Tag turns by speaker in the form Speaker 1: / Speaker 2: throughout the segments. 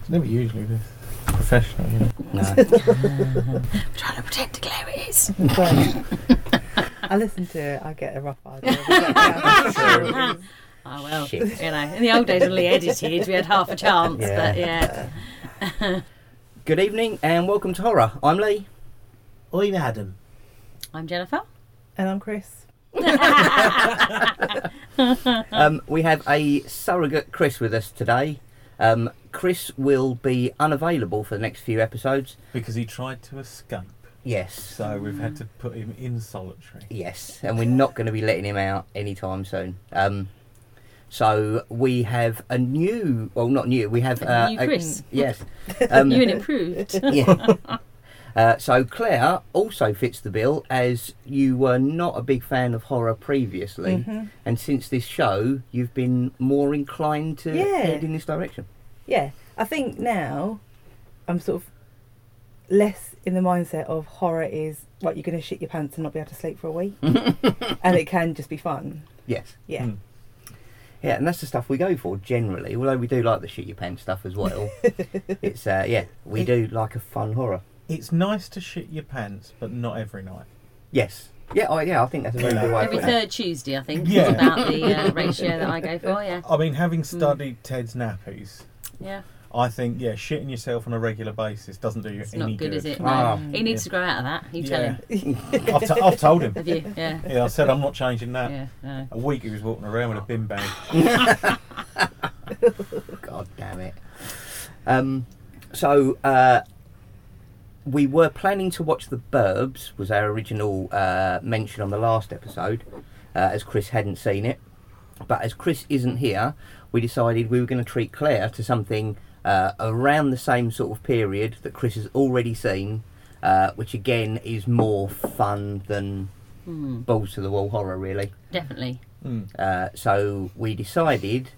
Speaker 1: It's never usually this professional, you know.
Speaker 2: No.
Speaker 3: trying to protect the glare
Speaker 4: But I listen to it, I get a rough idea. of exactly how it is.
Speaker 3: Oh well,
Speaker 2: Shit.
Speaker 3: you know, in the old days when we edited, we had half a chance,
Speaker 2: Yeah.
Speaker 3: but yeah.
Speaker 2: Good evening and welcome to Horror. I'm Lee.
Speaker 5: I'm Adam.
Speaker 3: I'm Jennifer.
Speaker 4: and I'm Chris.
Speaker 2: Um, we have a surrogate Chris with us today. Um, Chris will be unavailable for the next few episodes.
Speaker 1: Because he tried to escape,
Speaker 2: Yes.
Speaker 1: so we've had to put him in solitary.
Speaker 2: Yes. And we're not going to be letting him out anytime soon. Um, so we have a new, well, not new, we have
Speaker 3: A
Speaker 2: uh,
Speaker 3: new Chris.
Speaker 2: Yes. Um,
Speaker 3: You and improved.
Speaker 2: yeah. Uh, so Claire also fits the bill as you were not a big fan of horror previously,
Speaker 4: Mm-hmm.
Speaker 2: and since this show, you've been more inclined to
Speaker 4: Yeah.
Speaker 2: head in this direction.
Speaker 4: Yeah, I think now I'm sort of less in the mindset of horror is like you're going to shit your pants and not be able to sleep for a week, and it can just be fun.
Speaker 2: Yes,
Speaker 4: Yeah,
Speaker 1: Mm.
Speaker 2: yeah, and that's the stuff we go for generally. Although we do like the shit your pants stuff as well. it's uh, yeah, we do like a fun horror.
Speaker 1: It's nice to shit your pants, but not every night.
Speaker 2: Yes, yeah, I, yeah. I think that's a very good way. of
Speaker 3: Every
Speaker 2: putting it.
Speaker 3: third Tuesday, I think,
Speaker 1: Yeah.
Speaker 3: is about the uh, ratio that I go for. Yeah,
Speaker 1: I mean, having
Speaker 3: Hmm.
Speaker 1: studied Ted's nappies,
Speaker 3: yeah.
Speaker 1: I think yeah, shitting yourself on a regular basis doesn't do you
Speaker 3: It's
Speaker 1: any
Speaker 3: not good, is it? No.
Speaker 2: Ah.
Speaker 3: he needs to grow out of that. You tell
Speaker 1: yeah,
Speaker 3: him.
Speaker 1: I've, t- I've told him.
Speaker 3: Have you? Yeah.
Speaker 1: Yeah, I said I'm not changing that.
Speaker 3: Yeah. No.
Speaker 1: A week he was walking around with a bin bag.
Speaker 2: God damn it. Um, so uh, we were planning to watch The Burbs was our original uh, mention on the last episode, uh, as Chris hadn't seen it. But as Chris isn't here, we decided we were going to treat Claire to something uh, around the same sort of period that Chris has already seen, uh, which again is more fun than
Speaker 3: Hmm,
Speaker 2: balls to the wall horror, really.
Speaker 3: definitely.
Speaker 1: Mm.
Speaker 2: Uh, so we decided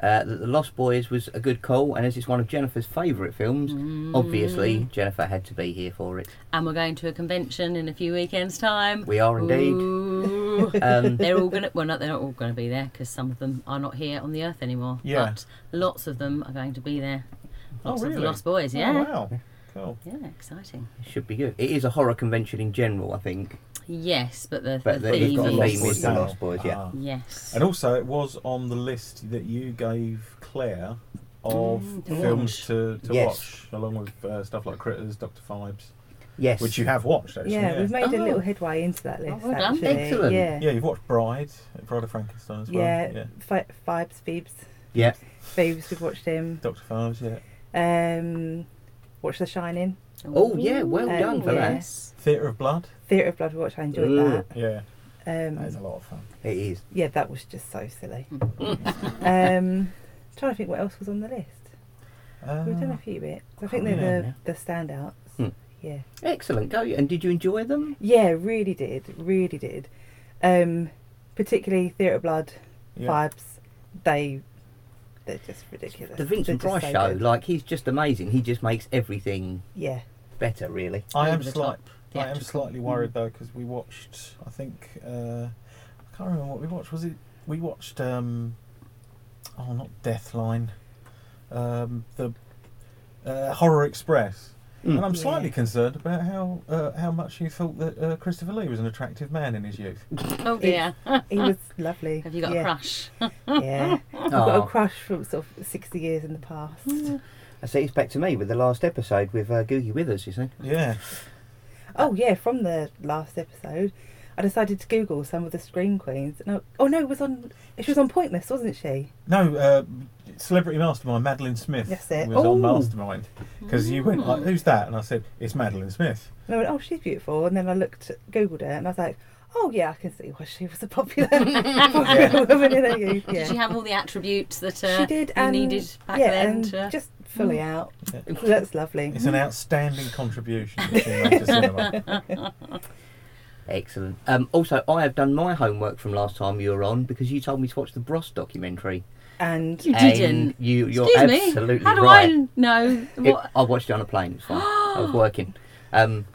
Speaker 2: uh, that The Lost Boys was a good call, and as it's one of Jennifer's favourite films, obviously Jennifer had to be here for it.
Speaker 3: And we're going to a convention in a few weekends' time.
Speaker 2: We are indeed.
Speaker 3: Ooh.
Speaker 2: Um,
Speaker 3: they're all gonna. Well, not they're not all gonna be there because some of them are not here on the earth anymore.
Speaker 1: Yeah.
Speaker 3: But lots of them are going to be there.
Speaker 1: Oh,
Speaker 3: Lots of
Speaker 1: really?
Speaker 3: the Lost Boys.
Speaker 1: Oh,
Speaker 3: Yeah.
Speaker 1: wow. Cool.
Speaker 3: Yeah, exciting.
Speaker 2: it should be good. It is a horror convention in general, I think,
Speaker 3: Yes, but the,
Speaker 2: but
Speaker 3: the
Speaker 2: they- they've
Speaker 3: theme
Speaker 2: got a
Speaker 3: is
Speaker 2: theme is The
Speaker 1: now.
Speaker 2: Lost Boys. Yeah,
Speaker 1: Ah.
Speaker 3: yes.
Speaker 1: And also, it was on the list that you gave Claire of
Speaker 3: Mm, to
Speaker 1: films
Speaker 3: watch.
Speaker 1: to, to
Speaker 2: Yes.
Speaker 1: watch, along with uh, stuff like Critters, Dr. Fibes,
Speaker 2: yes.
Speaker 1: which you have watched actually.
Speaker 4: yeah, we've made a
Speaker 3: Oh.
Speaker 4: little headway into that list.
Speaker 3: well done.
Speaker 4: actually.
Speaker 2: Excellent.
Speaker 4: Yeah,
Speaker 1: Yeah, you've watched Bride, Bride of Frankenstein as well.
Speaker 4: yeah. Fi- Fibes, Phoebes,
Speaker 2: yeah,
Speaker 4: Phoebes. We've watched him.
Speaker 1: Dr. Fibes, yeah.
Speaker 4: Um, watch The Shining,
Speaker 2: Oh, yeah, well
Speaker 4: Um, done for that.
Speaker 3: yes.
Speaker 1: Theatre of Blood.
Speaker 4: Theatre of Blood. Watch. I enjoyed
Speaker 2: Ooh.
Speaker 4: that.
Speaker 1: Yeah, that is a
Speaker 4: Um,
Speaker 1: lot of fun.
Speaker 2: it is.
Speaker 4: yeah, that was just so silly. um, trying to think what else was on the list. We've done a
Speaker 1: Uh,
Speaker 4: few bits. I think
Speaker 1: can't
Speaker 4: they're
Speaker 2: remember.
Speaker 4: the, the standouts.
Speaker 2: Hmm.
Speaker 4: Yeah.
Speaker 2: Excellent. Go and did you enjoy them?
Speaker 4: Yeah, really did. Really did. Um, particularly Theatre of Blood,
Speaker 1: yeah.
Speaker 4: Vibes. They, they're just ridiculous.
Speaker 2: The Vincent
Speaker 4: They're just
Speaker 2: Price
Speaker 4: so
Speaker 2: show,
Speaker 4: good.
Speaker 2: like he's just amazing. He just makes everything
Speaker 4: Yeah.
Speaker 2: better, really.
Speaker 1: I am
Speaker 3: Over the
Speaker 1: slight.
Speaker 3: top,
Speaker 1: I am
Speaker 3: theatrical.
Speaker 1: slightly
Speaker 4: hmm.
Speaker 1: worried though because we watched. I think uh, I can't remember what we watched. Was it we watched? Um, oh, not Deathline. Um, the uh, Horror Express.
Speaker 2: Mm.
Speaker 1: And I'm
Speaker 4: Yeah.
Speaker 1: slightly concerned about how uh, how much you thought that uh, Christopher Lee was an attractive man in his youth.
Speaker 3: Oh dear.
Speaker 4: He was lovely.
Speaker 3: Have you got
Speaker 4: yeah.
Speaker 3: a crush?
Speaker 4: Yeah. I've got a
Speaker 2: Aw.
Speaker 4: crush from sort of 60 years in the past.
Speaker 2: oh, I see. It's back to me with the last episode with uh, Googie Withers. You see.
Speaker 1: Yeah.
Speaker 4: Oh yeah, from the last episode, I decided to Google some of the Scream Queens. No, oh no, it was on. She was on Pointless, wasn't she?
Speaker 1: No, uh, Celebrity Mastermind, Madeline Smith
Speaker 4: That's it. Hmm.
Speaker 1: was
Speaker 2: Ooh.
Speaker 1: on Mastermind because you went like, "Who's that?" And I said, "It's Madeline Smith."
Speaker 4: And I went, oh, she's beautiful. And then I looked, googled her, and I was like, oh yeah, I can see why she was a popular, popular woman in her youth. Yeah.
Speaker 3: Did she have all the attributes that uh,
Speaker 4: She did,
Speaker 3: you
Speaker 4: and
Speaker 3: needed back
Speaker 4: yeah,
Speaker 3: then?
Speaker 4: and
Speaker 3: To, Mm.
Speaker 4: just fully out.
Speaker 1: Yeah.
Speaker 4: That's lovely.
Speaker 1: It's an outstanding contribution that she made to cinema.
Speaker 2: Excellent. Um, also, I have done my homework from last time you were on because you told me to watch the Bros documentary.
Speaker 4: And
Speaker 3: you didn't.
Speaker 2: And you, you're
Speaker 3: Excuse me.
Speaker 2: absolutely
Speaker 3: How do
Speaker 2: right.
Speaker 3: I know?
Speaker 2: It-
Speaker 3: What?
Speaker 2: I watched it on a plane. It's fine. I was working. Um,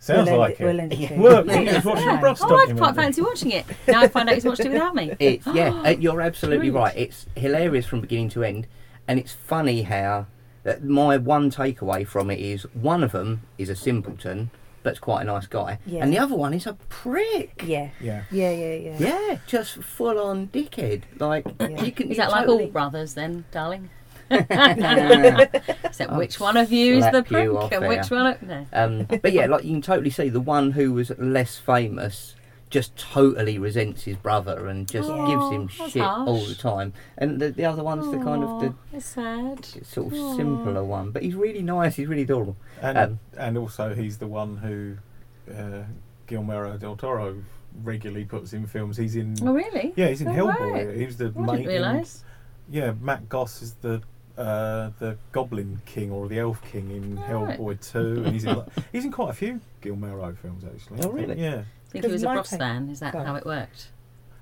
Speaker 1: Sounds
Speaker 4: we'll
Speaker 1: like
Speaker 4: end we'll
Speaker 1: it.
Speaker 4: end it. here.
Speaker 1: Look, he was watching
Speaker 4: Yeah.
Speaker 1: the Bros
Speaker 3: Oh, I'd quite
Speaker 1: documentary.
Speaker 3: fancy watching it. Now I find out he's watched it without me.
Speaker 2: it's yeah. uh, you're absolutely
Speaker 3: Brilliant.
Speaker 2: right. It's hilarious from beginning to end, and it's funny how uh, my one takeaway from it is one of them is a simpleton, but's quite a nice guy,
Speaker 4: Yeah.
Speaker 2: and the other one is a prick.
Speaker 4: Yeah.
Speaker 1: Yeah.
Speaker 4: Yeah, yeah, yeah.
Speaker 2: Yeah, just full on dickhead. Like
Speaker 4: Yeah.
Speaker 2: you can.
Speaker 3: Is
Speaker 2: you
Speaker 3: that like
Speaker 2: totally-
Speaker 3: all brothers then, darling?
Speaker 2: Nah.
Speaker 3: Except
Speaker 2: I'll
Speaker 3: which one of you is the
Speaker 2: slap Oh, you off
Speaker 3: prick and which
Speaker 2: here.
Speaker 3: one? Of, no.
Speaker 2: um, but yeah, like you can totally see the one who was less famous just totally resents his brother and just
Speaker 3: Aw,
Speaker 2: gives him
Speaker 3: that's
Speaker 2: shit all the
Speaker 3: harsh.
Speaker 2: time, and the, the other one's the kind of the
Speaker 3: Aw, that's sad.
Speaker 2: sort of
Speaker 3: Aw.
Speaker 2: simpler one. But he's really nice. He's really adorable.
Speaker 1: And
Speaker 2: Um,
Speaker 1: and also he's the one who uh, Guillermo del Toro regularly puts in films. He's in
Speaker 3: Oh really?
Speaker 1: yeah, he's in
Speaker 3: Oh,
Speaker 1: Hellboy.
Speaker 3: right.
Speaker 1: He was the
Speaker 3: I
Speaker 1: main.
Speaker 3: didn't realise.
Speaker 1: Yeah, Matt Goss is the uh, the Goblin King or the Elf King in
Speaker 3: Right.
Speaker 1: Hellboy Two, and he's in like, he's in quite a few Guillermo films actually. I
Speaker 2: Oh,
Speaker 1: think.
Speaker 2: really?
Speaker 1: Yeah,
Speaker 3: I think he
Speaker 4: Because
Speaker 3: was a
Speaker 4: my
Speaker 3: Bros
Speaker 4: take-
Speaker 3: fan. Is that
Speaker 2: Go on.
Speaker 3: how it worked?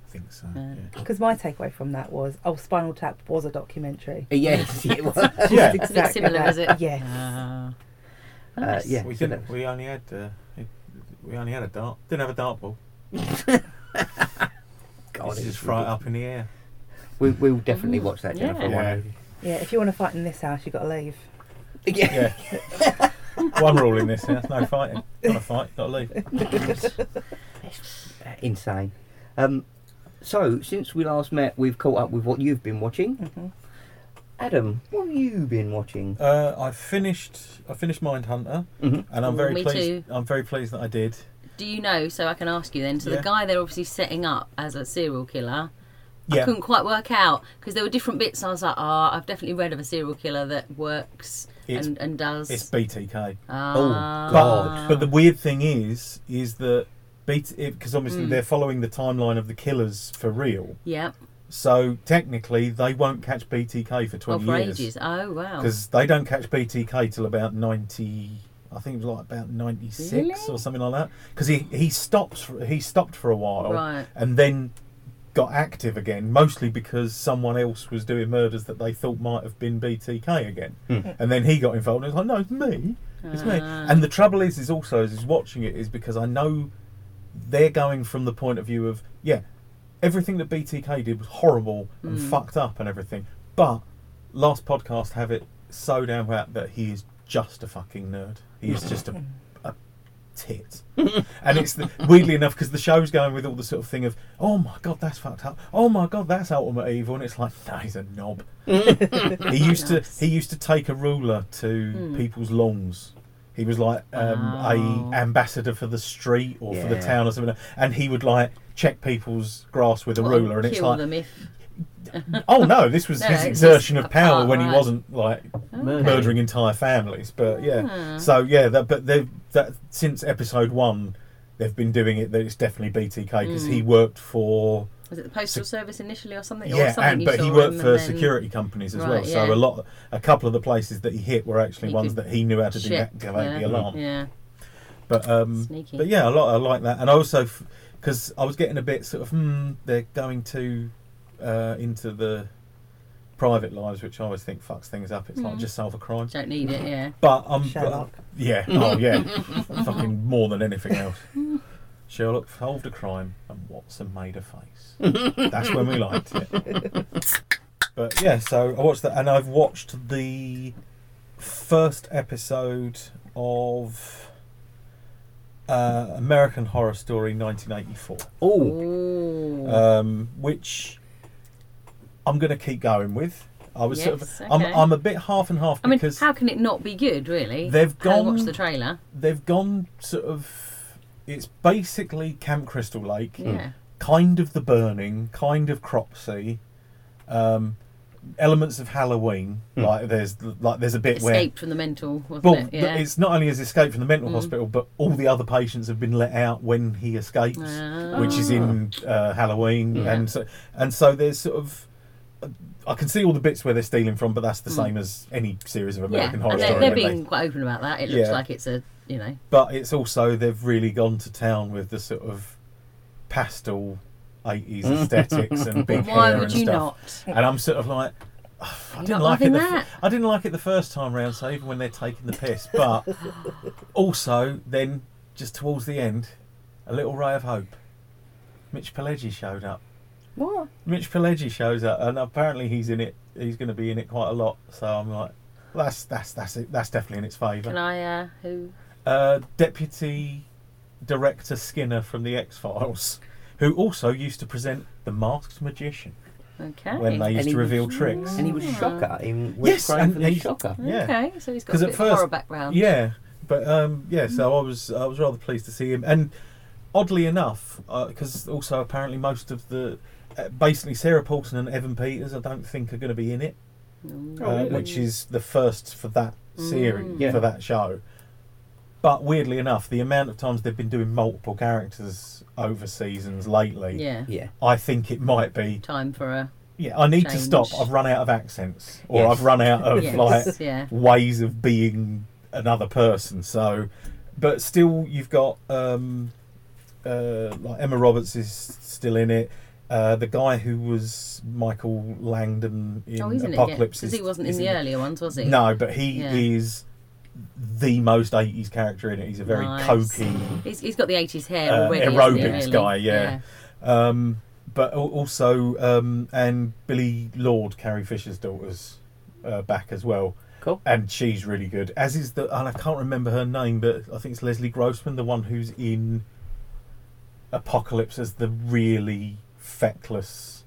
Speaker 1: I think so.
Speaker 3: Yeah.
Speaker 1: Yeah.
Speaker 4: Because my takeaway from that was, oh, Spinal Tap was a documentary.
Speaker 2: Uh, Yes, it was.
Speaker 1: Yeah.
Speaker 3: It's a
Speaker 4: It's
Speaker 3: bit
Speaker 4: exactly
Speaker 3: similar,
Speaker 4: that.
Speaker 3: is it?
Speaker 4: Yes.
Speaker 3: Ah.
Speaker 2: Uh,
Speaker 3: Nice.
Speaker 2: yeah.
Speaker 1: We
Speaker 2: so
Speaker 1: didn't.
Speaker 2: that-
Speaker 1: We only had. Uh, it- we only had a dart. Didn't have a dartball.
Speaker 2: God,
Speaker 1: it's
Speaker 2: it
Speaker 1: just
Speaker 2: was
Speaker 1: right
Speaker 2: ridiculous.
Speaker 1: up in the air.
Speaker 2: We, we'll definitely
Speaker 3: Ooh,
Speaker 2: watch that,
Speaker 3: yeah.
Speaker 2: Jennifer. one
Speaker 1: Yeah.
Speaker 2: of-
Speaker 4: Yeah, if you want to fight in this house, you've got to leave.
Speaker 2: Yeah.
Speaker 1: Yeah. One rule in this house: no fighting. Got to fight. Got to leave.
Speaker 2: Insane. Um, so, since we last met, we've caught up with what you've been watching.
Speaker 3: Mm-hmm.
Speaker 4: hmm
Speaker 2: Adam, what have you been watching?
Speaker 1: Uh, I finished. I finished Mindhunter,
Speaker 3: Mm-hmm.
Speaker 2: Mhm.
Speaker 1: and I'm
Speaker 3: Ooh,
Speaker 1: very
Speaker 3: me
Speaker 1: pleased.
Speaker 3: too.
Speaker 1: I'm very pleased that I did.
Speaker 3: Do you know? So I can ask you then. So
Speaker 1: Yeah.
Speaker 3: the guy they're obviously setting up as a serial killer, I
Speaker 1: Yeah,
Speaker 3: couldn't quite work out because there were different bits. I was like, ah, I've definitely read of a serial killer that works
Speaker 1: It's-
Speaker 3: and, and does.
Speaker 1: it's BTK.
Speaker 3: Ah.
Speaker 2: Oh, God.
Speaker 1: But the weird thing is, is that because obviously
Speaker 3: Mm.
Speaker 1: they're following the timeline of the killers for real.
Speaker 3: Yep.
Speaker 1: So technically, they won't catch BTK for
Speaker 3: Oh,
Speaker 1: twenty
Speaker 3: for
Speaker 1: years
Speaker 3: ages. Oh wow.
Speaker 1: because they don't catch BTK till about ninety. I think it was like about ninety six or
Speaker 3: Really?
Speaker 1: something like that. Because he he stops for, he stopped for a while
Speaker 3: Right.
Speaker 1: and then got active again, mostly because someone else was doing murders that they thought might have been BTK again.
Speaker 2: Hmm.
Speaker 1: And then he got involved and was like, no, it's me. It's me.
Speaker 3: Ah.
Speaker 1: And the trouble is, is also, is watching it is because I know they're going from the point of view of, yeah, everything that BTK did was horrible and
Speaker 3: Mm.
Speaker 1: fucked up and everything. But last podcast have it so down pat that he is just a fucking nerd. He is just a, a tit. and it's the, weirdly enough because the show's going with all the sort of thing of, oh my god, that's fucked up. Oh my god, that's ultimate evil. And it's like, nah, he's a knob. he used
Speaker 3: Nice.
Speaker 1: to he used to take a ruler to
Speaker 3: Hmm.
Speaker 1: people's lawns. He was like um,
Speaker 3: Wow.
Speaker 1: a ambassador for the street or for the
Speaker 2: Yeah.
Speaker 1: town or something, and he would like check people's grass with a
Speaker 3: Well,
Speaker 1: ruler, and it's
Speaker 3: kill
Speaker 1: like,
Speaker 3: them if
Speaker 1: oh no, this was
Speaker 3: No,
Speaker 1: his
Speaker 3: it's just
Speaker 1: exertion
Speaker 3: a
Speaker 1: of power
Speaker 3: part,
Speaker 1: when he
Speaker 3: right.
Speaker 1: wasn't like
Speaker 3: Okay.
Speaker 1: murdering entire families. But yeah,
Speaker 3: Ah.
Speaker 1: so yeah, that, but they've that since episode one, they've been doing it. That it's definitely BTK because
Speaker 3: Mm.
Speaker 1: he worked for
Speaker 3: Was it the postal service initially or something? or
Speaker 1: yeah,
Speaker 3: something
Speaker 1: and
Speaker 3: you
Speaker 1: but he
Speaker 3: saw
Speaker 1: worked
Speaker 3: him
Speaker 1: for
Speaker 3: and then-
Speaker 1: security companies as well.
Speaker 3: Right,
Speaker 1: So
Speaker 3: yeah.
Speaker 1: a lot, a couple of the places that he hit were actually
Speaker 3: He
Speaker 1: ones
Speaker 3: could
Speaker 1: that he knew how to
Speaker 3: Shit,
Speaker 1: deactivate the
Speaker 3: yeah.
Speaker 1: alarm.
Speaker 3: Yeah,
Speaker 1: But um,
Speaker 3: sneaky.
Speaker 1: but yeah, a lot I like that, and I also because I was getting a bit sort of hmm, they're going too uh, into the private lives, which I always think fucks things up. It's like
Speaker 3: Mm.
Speaker 1: just solve a crime.
Speaker 3: Don't need it. Yeah.
Speaker 1: But I'm
Speaker 4: Sherlock.
Speaker 1: yeah, oh yeah, fucking more than anything else. Sherlock solved a crime and Watson made a face. That's when we liked it. But yeah, so I watched that and I've watched the first episode of uh, American Horror Story 1984,
Speaker 2: Oh,
Speaker 3: Ooh.
Speaker 1: um, which I'm going to keep going with. I was sort
Speaker 3: Yes,
Speaker 1: of, I'm,
Speaker 3: okay.
Speaker 1: I'm a bit half and half
Speaker 3: I mean,
Speaker 1: because
Speaker 3: how can it not be good, really?
Speaker 1: They've
Speaker 3: Having
Speaker 1: gone-
Speaker 3: watched the trailer.
Speaker 1: they've gone sort of it's basically Camp Crystal Lake,
Speaker 3: Yeah.
Speaker 1: kind of the burning, kind of Cropsey, um, elements of Halloween.
Speaker 2: Hmm.
Speaker 1: Like there's like there's a bit where
Speaker 3: Escaped from the mental, wasn't
Speaker 1: well,
Speaker 3: it?
Speaker 1: th-
Speaker 3: Yeah.
Speaker 1: it's not only has escaped from the mental
Speaker 3: Mm.
Speaker 1: hospital, but all the other patients have been let out when he escapes,
Speaker 3: Ah.
Speaker 1: which is in uh, Halloween,
Speaker 3: Yeah.
Speaker 1: and so and so there's sort of. I can see all the bits where they're stealing from, but that's the
Speaker 3: Mm.
Speaker 1: same as any series of
Speaker 3: yeah.
Speaker 1: American Horror
Speaker 3: And they're,
Speaker 1: Story.
Speaker 3: they're
Speaker 1: when they-
Speaker 3: being quite open about that. It looks
Speaker 1: Yeah.
Speaker 3: like it's a, you know,
Speaker 1: but it's also they've really gone to town with the sort of pastel 80s aesthetics and big
Speaker 3: why
Speaker 1: hair
Speaker 3: would
Speaker 1: and
Speaker 3: you
Speaker 1: stuff.
Speaker 3: not?
Speaker 1: And I'm sort of like, "Ugh, I
Speaker 3: You're
Speaker 1: didn't
Speaker 3: not
Speaker 1: like it.
Speaker 3: loving
Speaker 1: The fir-
Speaker 3: that?
Speaker 1: I didn't like it the first time round, so even when they're taking the piss, but also then just towards the end, a little ray of hope. Mitch Pileggi showed up.
Speaker 4: What?
Speaker 1: Mitch Pileggi shows up, and apparently he's in it. He's going to be in it quite a lot. So I'm like, That's that's that's it. That's definitely in its
Speaker 3: Can
Speaker 1: favour.
Speaker 3: I? Uh, who?
Speaker 1: Uh, Deputy Director Skinner from the X Files, who also used to present The Masked Magician
Speaker 3: Okay.
Speaker 1: when they used
Speaker 2: And he
Speaker 1: to
Speaker 2: was-
Speaker 1: reveal tricks.
Speaker 2: And he was Shocker in Rick
Speaker 1: Yes,
Speaker 2: Crane
Speaker 1: and
Speaker 2: for the
Speaker 1: he's-
Speaker 2: Shocker.
Speaker 1: Yeah.
Speaker 3: Okay, so he's got
Speaker 1: 'Cause
Speaker 3: a
Speaker 1: at
Speaker 3: bit of horror
Speaker 1: first-
Speaker 3: background.
Speaker 1: Yeah, but um, yeah, so I was I was rather pleased to see him, and oddly enough, because also apparently most of the uh, basically Sarah Paulson and Evan Peters, I don't think are going to be in it,
Speaker 3: Mm.
Speaker 1: uh, which is the first for that series
Speaker 3: Mm.
Speaker 2: Yeah.
Speaker 1: for that show. But weirdly enough, the amount of times they've been doing multiple characters over seasons lately,
Speaker 3: yeah.
Speaker 2: Yeah.
Speaker 1: I think it might be.
Speaker 3: Time for a
Speaker 1: Yeah, I need to
Speaker 3: Change.
Speaker 1: stop. I've run out of accents, or
Speaker 2: Yes.
Speaker 1: I've run out of
Speaker 3: yes,
Speaker 1: like
Speaker 3: yeah.
Speaker 1: ways of being another person. So, but still, you've got um, uh, like Emma Roberts is still in it. Uh, the guy who was Michael Langdon in
Speaker 3: Oh, he's in
Speaker 1: Apocalypse
Speaker 3: it because
Speaker 1: is-
Speaker 3: he wasn't
Speaker 1: is
Speaker 3: in the earlier ones, was he?
Speaker 1: No, but he
Speaker 3: Yeah.
Speaker 1: is the most '80s character in it. He's a very
Speaker 3: Nice.
Speaker 1: cokey.
Speaker 3: He's, he's got the 80s hair
Speaker 1: Uh,
Speaker 3: already. hasn't he,
Speaker 1: aerobics
Speaker 3: really?
Speaker 1: guy, yeah. Um, but al- also, um, and Billy Lord, Carrie Fisher's daughter's uh, back as well
Speaker 2: Cool.
Speaker 1: and she's really good. As is the, and I can't remember her name, but I think it's Leslie Grossman, the one who's in Apocalypse as the really feckless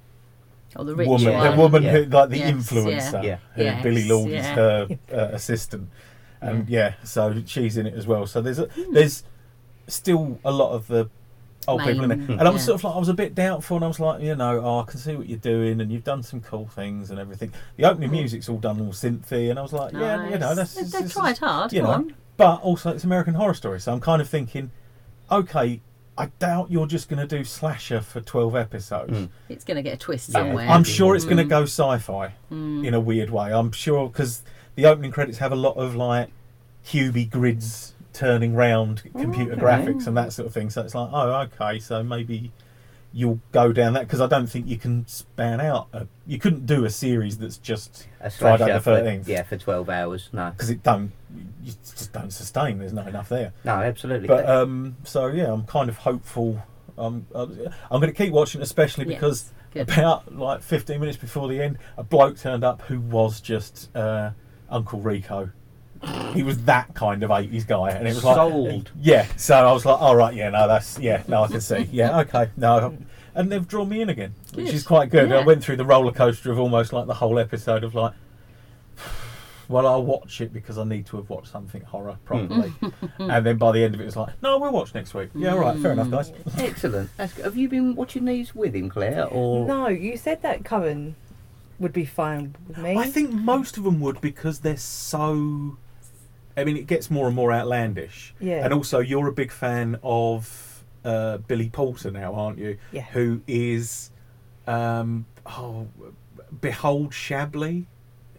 Speaker 3: Or the rich
Speaker 1: woman,
Speaker 3: one.
Speaker 1: the woman
Speaker 2: Yeah.
Speaker 1: who, like the
Speaker 3: Yes,
Speaker 1: influencer,
Speaker 2: yeah.
Speaker 1: who
Speaker 3: Yes,
Speaker 1: Billy Lord is
Speaker 3: yeah. Mm.
Speaker 1: her uh, assistant, and yeah. so she's in it as well. So there's a, there's still a lot of the old people in there,
Speaker 3: Main,
Speaker 1: and I was
Speaker 3: yeah.
Speaker 1: sort of like I was a bit doubtful, and I was like, you know, oh, I can see what you're doing, and you've done some cool things and everything. The opening music's all done all synthy, and I was like, yeah, you know, that's
Speaker 3: They-
Speaker 1: this
Speaker 3: They've
Speaker 1: is-
Speaker 3: tried hard.
Speaker 1: you
Speaker 3: come
Speaker 1: know.
Speaker 3: on.
Speaker 1: but also it's American Horror Story, so I'm kind of thinking, okay, I doubt you're just going to do slasher for 12 episodes.
Speaker 2: Mm.
Speaker 3: It's going to get a twist
Speaker 2: Yeah.
Speaker 3: somewhere.
Speaker 1: I'm sure it's going to
Speaker 3: Mm.
Speaker 1: go sci-fi
Speaker 3: Mm.
Speaker 1: in a weird way. I'm sure because the opening credits have a lot of like cubey grids turning round
Speaker 3: Oh,
Speaker 1: computer
Speaker 2: okay.
Speaker 1: graphics and that sort of thing. So it's like, oh, okay, so maybe you'll go down that because I don't think you can span out. A, you couldn't do a series that's just
Speaker 2: A
Speaker 1: Friday the
Speaker 2: slasher for-
Speaker 1: 13th.
Speaker 2: yeah, for 12 hours. No.
Speaker 1: because it don't you just don't sustain. There's not enough there.
Speaker 2: No, absolutely.
Speaker 1: But um, so yeah, I'm kind of hopeful. Um, I'm going to keep watching, especially
Speaker 3: Yes,
Speaker 1: because
Speaker 3: good.
Speaker 1: about like 15 minutes before the end, a bloke turned up who was just uh, Uncle Rico. He was that kind of 80s guy, and it was like
Speaker 2: Sold.
Speaker 1: Yeah, so I was like, all right, yeah, no, that's yeah, no, I can see, yeah, okay, no, and they've drawn me in again, which
Speaker 3: Good.
Speaker 1: is quite good. I
Speaker 3: Yeah.
Speaker 1: went through the roller coaster of almost like the whole episode of like. Well, I'll watch it because I need to have watched something horror properly.
Speaker 3: Mm.
Speaker 1: and then by the end of it, it's like, no, we'll watch next week. Yeah, all right, fair enough, guys.
Speaker 2: Excellent. That's good. Have you been watching these with him, Claire? Or
Speaker 4: No, you said that Coven would be fine with me.
Speaker 1: I think most of them would because they're so. I mean, it gets more and more outlandish.
Speaker 4: Yeah.
Speaker 1: And also, you're a big fan of uh, Billy Porter now, aren't you?
Speaker 4: Yeah.
Speaker 1: Who is, um, oh, behold Shabley.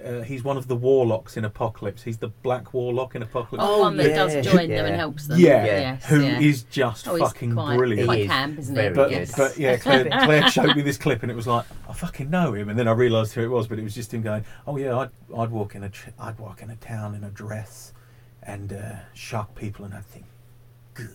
Speaker 1: Uh, he's one of the warlocks in Apocalypse. He's the black warlock in Apocalypse.
Speaker 3: Oh, one that
Speaker 2: yeah.
Speaker 3: does join
Speaker 2: Yeah.
Speaker 3: them and helps them.
Speaker 1: yeah,
Speaker 3: Yes,
Speaker 1: who
Speaker 3: yeah.
Speaker 1: is just
Speaker 3: Oh, he's
Speaker 1: fucking
Speaker 3: quite,
Speaker 1: brilliant.
Speaker 2: He
Speaker 3: Quite
Speaker 2: is
Speaker 3: camp, isn't
Speaker 2: very
Speaker 3: he?
Speaker 1: But,
Speaker 2: Yes.
Speaker 1: but uh, yeah,
Speaker 4: That's
Speaker 1: Claire,
Speaker 4: perfect.
Speaker 1: Claire showed me this clip and it was like, I fucking know him. And then I realised who it was, but it was just him going, oh yeah, I'd, I'd walk in a tr- I'd walk in a town in a dress and uh, shock people and I'd think, good.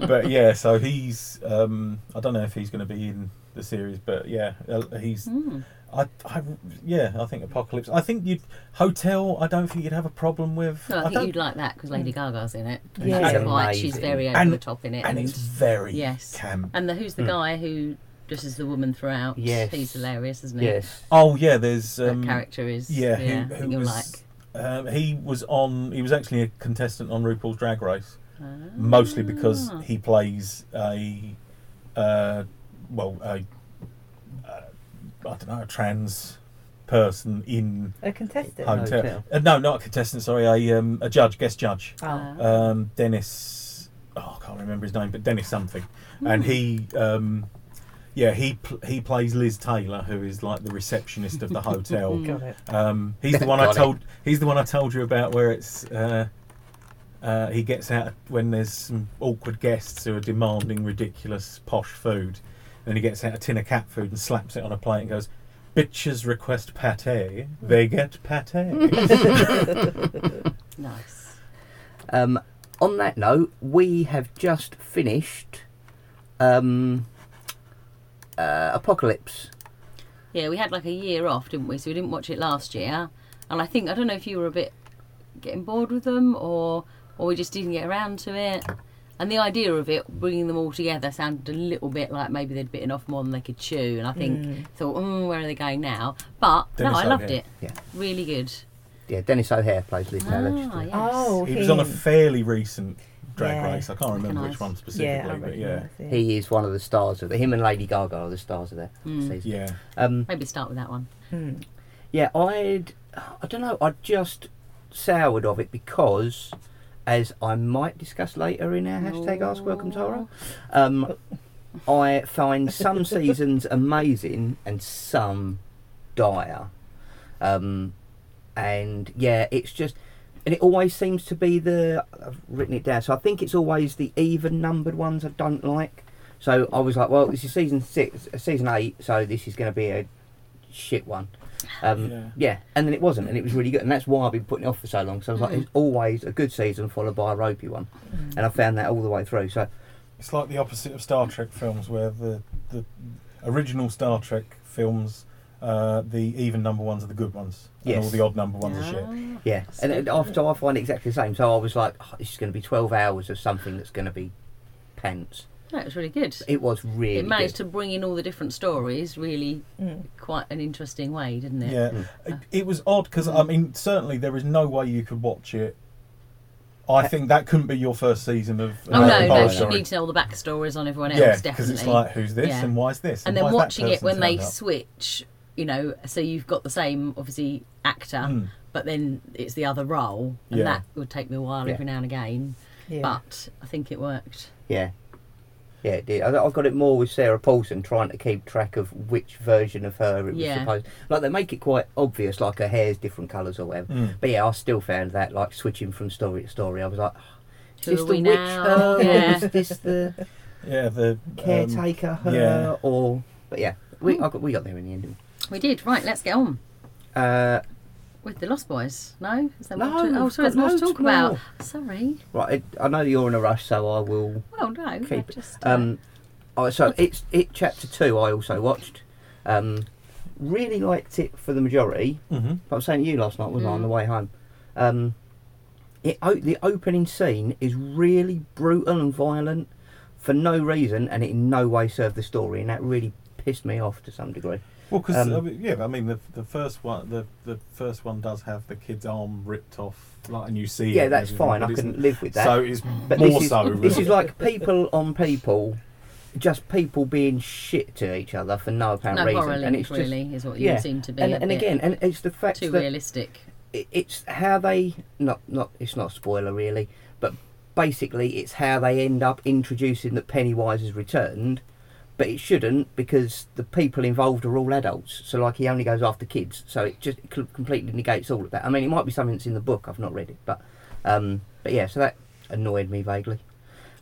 Speaker 1: but yeah, so he's um, I don't know if he's going to be in the series, but yeah, uh, he's
Speaker 3: Mm.
Speaker 1: I, I yeah I think Apocalypse. I think you'd Hotel. I don't think you'd have a problem with.
Speaker 3: No, I, think
Speaker 1: don't-
Speaker 3: you'd like that because Lady Gaga's in it.
Speaker 4: Yeah.
Speaker 3: She's
Speaker 4: It's
Speaker 3: quite, she's
Speaker 2: amazing.
Speaker 3: very over
Speaker 1: And-
Speaker 3: the top in it.
Speaker 1: and it's very
Speaker 3: Yes.
Speaker 1: camp. Hmm.
Speaker 3: and the, who's the guy who dresses the woman throughout?
Speaker 2: Yes.
Speaker 3: He's hilarious, isn't he?
Speaker 2: Yes.
Speaker 1: Oh yeah, there's
Speaker 3: That
Speaker 1: um,
Speaker 3: character is.
Speaker 1: Yeah,
Speaker 3: Yeah,
Speaker 1: who-
Speaker 3: I
Speaker 1: who
Speaker 3: think you'll like.
Speaker 1: was- Um, he was on. He was actually a contestant on RuPaul's Drag Race, mostly because
Speaker 3: Ah.
Speaker 1: he plays a, uh, well, a, uh, I don't know, a trans person in
Speaker 4: a contestant.
Speaker 2: Ho-
Speaker 1: hotel.
Speaker 2: Hotel.
Speaker 1: Uh, no, not a contestant. Sorry, a um, a judge, guest judge.
Speaker 4: Oh.
Speaker 1: Um, Dennis. Oh, I can't remember his name, but Dennis something, and he. Um, yeah, he pl- he plays Liz Taylor, who is like the receptionist of the hotel.
Speaker 3: Oh.
Speaker 4: Got it.
Speaker 1: Um, he's the one I
Speaker 2: Got it.
Speaker 1: told. He's the one I told you about, where it's uh, uh, he gets out when there's some awkward guests who are demanding ridiculous posh food, and he gets out a tin of cat food and slaps it on a plate and goes, "Bitches request pate, they get pate."
Speaker 3: nice.
Speaker 2: Um, on that note, we have just finished um, uh, Apocalypse.
Speaker 3: Yeah, we had like a year off, didn't we? So we didn't watch it last year. And I think I don't know if you were a bit getting bored with them or or we just didn't get around to it. And the idea of it bringing them all together sounded a little bit like maybe they'd bitten off more than they could chew. And I think thought, mm, where are they going now? But
Speaker 1: Dennis
Speaker 3: no, I loved
Speaker 1: O'Hare.
Speaker 3: it.
Speaker 2: Yeah.
Speaker 3: Really good.
Speaker 2: Yeah, Dennis O'Hare plays Liz Naylor. She's
Speaker 3: Ah,
Speaker 2: the-
Speaker 3: yes.
Speaker 4: Oh,
Speaker 1: He was on a
Speaker 4: him.
Speaker 1: fairly recent drag
Speaker 4: Yeah.
Speaker 1: race. I can't remember which
Speaker 3: Recognised.
Speaker 1: one specifically,
Speaker 4: I
Speaker 1: but yeah,
Speaker 4: recognise it.
Speaker 2: He is one of the stars of it. Him and Lady Gaga are the stars of that
Speaker 3: Mm.
Speaker 2: season.
Speaker 1: yeah.
Speaker 2: Um,
Speaker 3: Maybe start with that one.
Speaker 4: Hmm.
Speaker 2: yeah, I'd, I don't know, I just soured of it because, as I might discuss later in our hashtag Ask Welcome Tara, um, I find some seasons amazing and some dire. Um, and yeah, it's just, and it always seems to be the, I've written it down, so I think it's always the even numbered ones I don't like. So I was like, well, this is season six, season eight, so this is going to be a shit one. Um,
Speaker 1: Yeah.
Speaker 2: yeah. and then it wasn't, and it was really good, and that's why I've been putting it off for so long. So I was like,
Speaker 3: Mm.
Speaker 2: it's always a good season followed by a ropey one,
Speaker 4: Mm.
Speaker 2: and I found that all the way through. So
Speaker 1: It's like the opposite of Star Trek films, where the the original Star Trek films, uh, the even number ones are the good ones, and
Speaker 2: Yes.
Speaker 1: all the odd number ones are shit.
Speaker 3: Ah.
Speaker 2: Yeah, and it, I, so I find it exactly the same. So I was like, oh, this is going to be 12 hours of something that's going to be pants.
Speaker 3: No, it was really good.
Speaker 2: It was really
Speaker 3: it managed
Speaker 2: good.
Speaker 3: to bring in all the different stories really
Speaker 4: Mm.
Speaker 3: quite an interesting way, didn't it?
Speaker 2: Hmm.
Speaker 1: Yeah, it, it was odd because I mean, certainly there is no way you could watch it. I think that couldn't be your first season of.
Speaker 3: Oh
Speaker 1: uh,
Speaker 3: no,
Speaker 1: Horror
Speaker 3: no, you
Speaker 1: Story.
Speaker 3: need to know all the backstories on everyone else,
Speaker 1: Yeah, because
Speaker 3: definitely.
Speaker 1: it's like, who's this
Speaker 3: Yeah.
Speaker 1: and why is this?
Speaker 3: and then
Speaker 1: why has that
Speaker 3: watching it
Speaker 1: person
Speaker 3: when they
Speaker 1: turned up?
Speaker 3: switch, you know, so you've got the same obviously actor,
Speaker 1: Mm.
Speaker 3: but then it's the other role, and
Speaker 1: Yeah.
Speaker 3: that would take me a while
Speaker 2: Yeah.
Speaker 3: every now and again.
Speaker 4: Yeah.
Speaker 3: But I think it worked.
Speaker 2: Yeah. Yeah, it did. I- I've got it more with Sarah Paulson trying to keep track of which version of her it was
Speaker 3: Yeah.
Speaker 2: supposed. Like they make it quite obvious, like her hair's different colours or whatever.
Speaker 1: Mm.
Speaker 2: But yeah, I still found that like switching from story to story. I was like, oh, is
Speaker 3: Who
Speaker 2: this
Speaker 3: are
Speaker 2: the
Speaker 3: we
Speaker 2: witch
Speaker 3: now?
Speaker 2: her? Or
Speaker 3: Yeah.
Speaker 2: is this the
Speaker 1: Yeah, the um,
Speaker 2: caretaker her? Hmm.
Speaker 1: yeah.
Speaker 2: Or but yeah, we I got, we got there in the end. didn't
Speaker 3: We did right. Let's get on
Speaker 2: we? Uh,
Speaker 3: with the Lost Boys. No, is there
Speaker 2: No,
Speaker 3: more to, oh,
Speaker 2: we've
Speaker 3: sorry,
Speaker 2: got
Speaker 3: there's more to
Speaker 2: loads
Speaker 3: talk about.
Speaker 2: more.
Speaker 3: Sorry.
Speaker 2: Right, I I know you're in a rush, so I will
Speaker 3: Well, no, I
Speaker 2: keep. it.
Speaker 3: just uh,
Speaker 2: Um, I- so it's it chapter two. I also watched. Um, really liked it for the majority.
Speaker 1: mhm.
Speaker 2: I was saying to you last night, wasn't I, on
Speaker 3: Mm.
Speaker 2: the way home? Um, it o- the opening scene is really brutal and violent for no reason, and it in no way served the story, and that really pissed me off to some degree.
Speaker 1: Well, because
Speaker 2: Um,
Speaker 1: yeah, I mean the the first one the, the first one does have the kid's arm ripped off, like, and you see.
Speaker 2: Yeah,
Speaker 1: it and
Speaker 2: that's
Speaker 1: everything,
Speaker 2: fine.
Speaker 1: but
Speaker 2: I
Speaker 1: it's-
Speaker 2: can live with that.
Speaker 1: So it's
Speaker 2: But
Speaker 1: more
Speaker 2: this is,
Speaker 1: so.
Speaker 2: This
Speaker 1: really.
Speaker 2: is like people on people, just people being shit to each other for no apparent
Speaker 3: uh, no
Speaker 2: reason,
Speaker 3: horror
Speaker 2: and it's
Speaker 3: link
Speaker 2: just
Speaker 3: really is what you
Speaker 2: yeah.
Speaker 3: seem to be.
Speaker 2: and,
Speaker 3: a
Speaker 2: and
Speaker 3: bit
Speaker 2: again, and it's the fact
Speaker 3: too
Speaker 2: that
Speaker 3: realistic.
Speaker 2: it- it's how they not not it's not a spoiler really, but basically it's how they end up introducing that Pennywise has returned, but it shouldn't because the people involved are all adults. So like he only goes after kids, so it just c- completely negates all of that. I mean, it might be something that's in the book. I've not read it, but um, but yeah, so that annoyed me vaguely.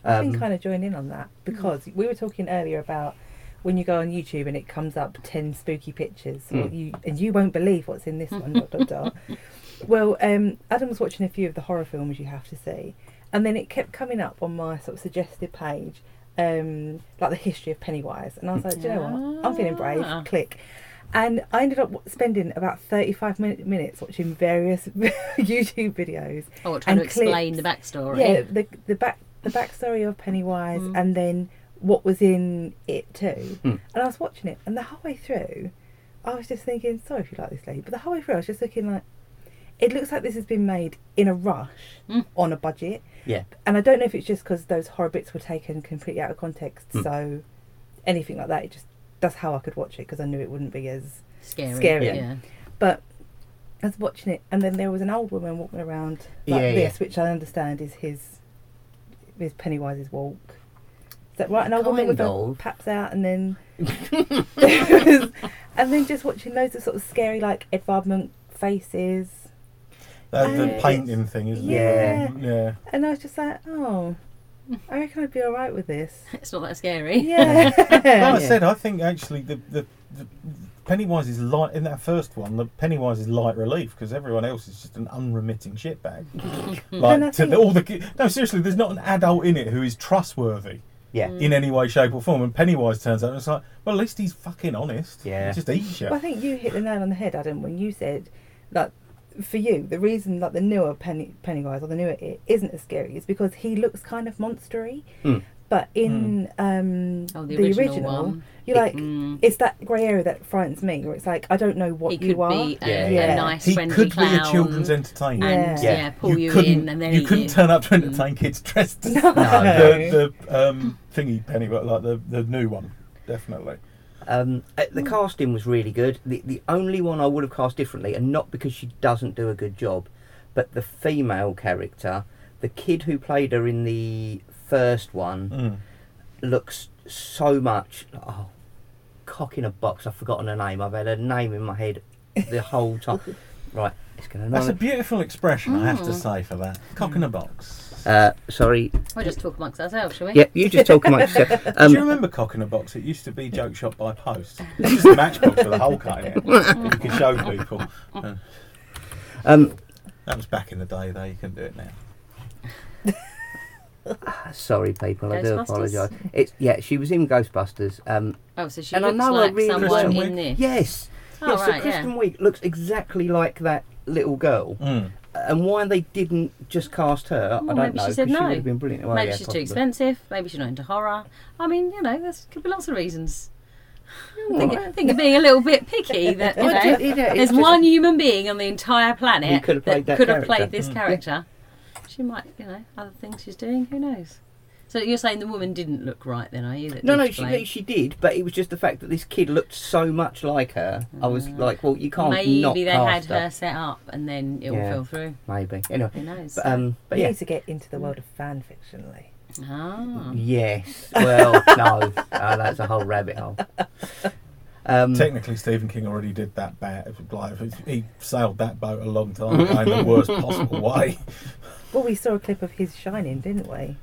Speaker 4: I can
Speaker 2: Um,
Speaker 4: kind of join in on
Speaker 3: Mm.
Speaker 4: that because we were talking earlier about when you go on YouTube and it comes up ten spooky pictures, or
Speaker 2: Mm.
Speaker 4: you, and you won't believe what's in this one. dot, dot, dot. Well, um, Adam was watching a few of the horror films you have to see, and then it kept coming up on my sort of suggested page, um, like the history of Pennywise, and I was like, Do you know what? I'm feeling brave.
Speaker 3: Ah.
Speaker 4: Click. And I ended up w- spending about 35 min- minutes watching various YouTube videos
Speaker 3: Oh, what, trying to
Speaker 4: and
Speaker 3: explain
Speaker 4: clips.
Speaker 3: the backstory.
Speaker 4: yeah, the the back the backstory of Pennywise,
Speaker 3: Mm.
Speaker 4: and then what was in it too.
Speaker 2: Mm.
Speaker 4: And I was watching it, and the whole way through, I was just thinking, sorry if you like this lady, but the whole way through, I was just looking like, it looks like this has been made in a rush
Speaker 3: Mm.
Speaker 4: on a budget.
Speaker 2: Yeah.
Speaker 4: And I don't know if it's just because those horror bits were taken completely out of context,
Speaker 2: Mm.
Speaker 4: so anything like that, it just that's how I could watch it because I knew it wouldn't be as.
Speaker 3: Scary.
Speaker 4: Scary.
Speaker 3: Yeah.
Speaker 4: But I was watching it, and then there was an old woman walking around like
Speaker 2: Yeah, yeah.
Speaker 4: this, which I understand is his is Pennywise's walk. Is that right? An old woman with
Speaker 2: Kind
Speaker 4: her
Speaker 2: of.
Speaker 4: paps out, and then and then just watching loads of sort of scary like Edvard Munch faces,
Speaker 1: Uh, the
Speaker 4: Uh,
Speaker 1: painting thing, isn't
Speaker 4: yeah.
Speaker 1: it? Yeah.
Speaker 4: and I was just like, oh, I reckon I'd be all right with this.
Speaker 3: It's not that scary.
Speaker 4: Yeah,
Speaker 1: Like I
Speaker 2: Yeah.
Speaker 1: said, I think actually the, the, the Pennywise is light in that first one. The Pennywise is light relief because everyone else is just an unremitting shitbag.
Speaker 4: And I
Speaker 1: like to
Speaker 4: think-
Speaker 1: the, all the ki- no, seriously, there's not an adult in it who is trustworthy.
Speaker 2: Yeah.
Speaker 3: Mm.
Speaker 1: in any way, shape, or form. And Pennywise turns out and it's like, well, at least he's fucking honest.
Speaker 2: Yeah.
Speaker 1: He just eats you.
Speaker 4: Well, I think you hit the nail on the head, Adam, when you said that for you the reason that the newer Penny, Pennywise or the newer it isn't as scary is because he looks kind of monstery,
Speaker 2: Mm.
Speaker 4: but in
Speaker 2: Hmm.
Speaker 4: um,
Speaker 3: Oh,
Speaker 4: the,
Speaker 3: the
Speaker 4: original,
Speaker 3: original one.
Speaker 4: you're like
Speaker 3: Mm.
Speaker 4: it's that grey area that frightens me, where it's like I don't know what
Speaker 3: He
Speaker 4: you
Speaker 3: could
Speaker 4: are.
Speaker 3: be a,
Speaker 2: Yeah.
Speaker 3: a
Speaker 4: Yeah.
Speaker 3: nice,
Speaker 1: he
Speaker 3: friendly
Speaker 1: could
Speaker 3: clown.
Speaker 1: be a children's
Speaker 3: and
Speaker 1: entertainer.
Speaker 4: Yeah.
Speaker 3: yeah,
Speaker 2: Yeah.
Speaker 3: pull you,
Speaker 1: couldn't,
Speaker 3: in and then
Speaker 1: you
Speaker 3: eat
Speaker 1: couldn't
Speaker 3: you.
Speaker 1: turn up to
Speaker 3: Mm.
Speaker 1: entertain kids dressed as
Speaker 4: No.
Speaker 1: the, the um, thingy Pennywise, like the, the new one, definitely.
Speaker 2: Um, uh, the casting was really good. The the only one I would have cast differently, and not because she doesn't do a good job, but the female character, the kid who played her in the first one,
Speaker 1: Mm.
Speaker 2: looks so much oh cock in a box. I've forgotten her name. I've had her name in my head the whole time. right, it's gonna annoy
Speaker 1: That's a
Speaker 2: me.
Speaker 1: beautiful expression, I have to
Speaker 3: Mm.
Speaker 1: say, for that. Cock in a box.
Speaker 2: uh, sorry.
Speaker 3: We'll just talk amongst ourselves, shall we?
Speaker 2: Yeah, you just talk amongst yourself.
Speaker 1: Do you
Speaker 2: Um,
Speaker 1: remember Cock in a Box? It used to be Joke Shop by Post. It's just a matchbox with a hole cut in it that you can show people. Uh,
Speaker 2: um,
Speaker 1: that was back in the day, though. You can do it now.
Speaker 2: sorry, people. I do
Speaker 3: Ghostbusters?
Speaker 2: apologise. It's yeah. She was in Ghostbusters. Um,
Speaker 3: Oh, so she
Speaker 2: and I
Speaker 3: looks
Speaker 2: know I
Speaker 3: like
Speaker 2: really
Speaker 3: someone
Speaker 1: Kristen
Speaker 3: in
Speaker 1: Wiig.
Speaker 3: this.
Speaker 2: yes.
Speaker 3: Oh,
Speaker 2: yeah, so
Speaker 3: right, yeah.
Speaker 2: Kristen Wiig looks exactly like that little girl.
Speaker 1: Mm.
Speaker 2: And why they didn't just cast her,
Speaker 3: Well,
Speaker 2: I don't
Speaker 3: maybe
Speaker 2: know.
Speaker 3: she said
Speaker 2: 'cause
Speaker 3: no.
Speaker 2: would have been brilliant. Well,
Speaker 3: maybe
Speaker 2: yeah,
Speaker 3: she's
Speaker 2: possibly.
Speaker 3: too expensive. Maybe she's not into horror. I mean, you know, there's could be lots of reasons. I think, I think of being a little bit picky that you
Speaker 2: Well,
Speaker 3: know,
Speaker 2: it- it- it's
Speaker 3: there's
Speaker 2: just-
Speaker 3: one human being on the entire planet
Speaker 2: could have played that
Speaker 3: that could have played
Speaker 2: character.
Speaker 3: this
Speaker 1: Mm.
Speaker 3: character. She might, you know, other things she's doing. Who knows? So you're saying the woman didn't look right then, are you? That
Speaker 2: No,
Speaker 3: did
Speaker 2: no, she,
Speaker 3: play?
Speaker 2: no, she did, but it was just the fact that this kid looked so much like her. I was
Speaker 3: Mm.
Speaker 2: like, well, you can't
Speaker 3: Maybe
Speaker 2: not
Speaker 3: they had
Speaker 2: cast
Speaker 3: her. set up and then it all
Speaker 2: Yeah.
Speaker 3: fell through.
Speaker 2: Maybe anyway,
Speaker 3: Who knows?
Speaker 2: but, um, but
Speaker 4: you
Speaker 2: yeah,
Speaker 4: need to get into the world of fan fiction, Lee.
Speaker 3: ah.
Speaker 2: yes. Well, no, oh, that's a whole rabbit hole. Um,
Speaker 3: Mm.
Speaker 1: Technically, Stephen King already did that bat. Like, he sailed that boat a long time ago in the worst possible way.
Speaker 4: Well, we saw a clip of his Shining, didn't we?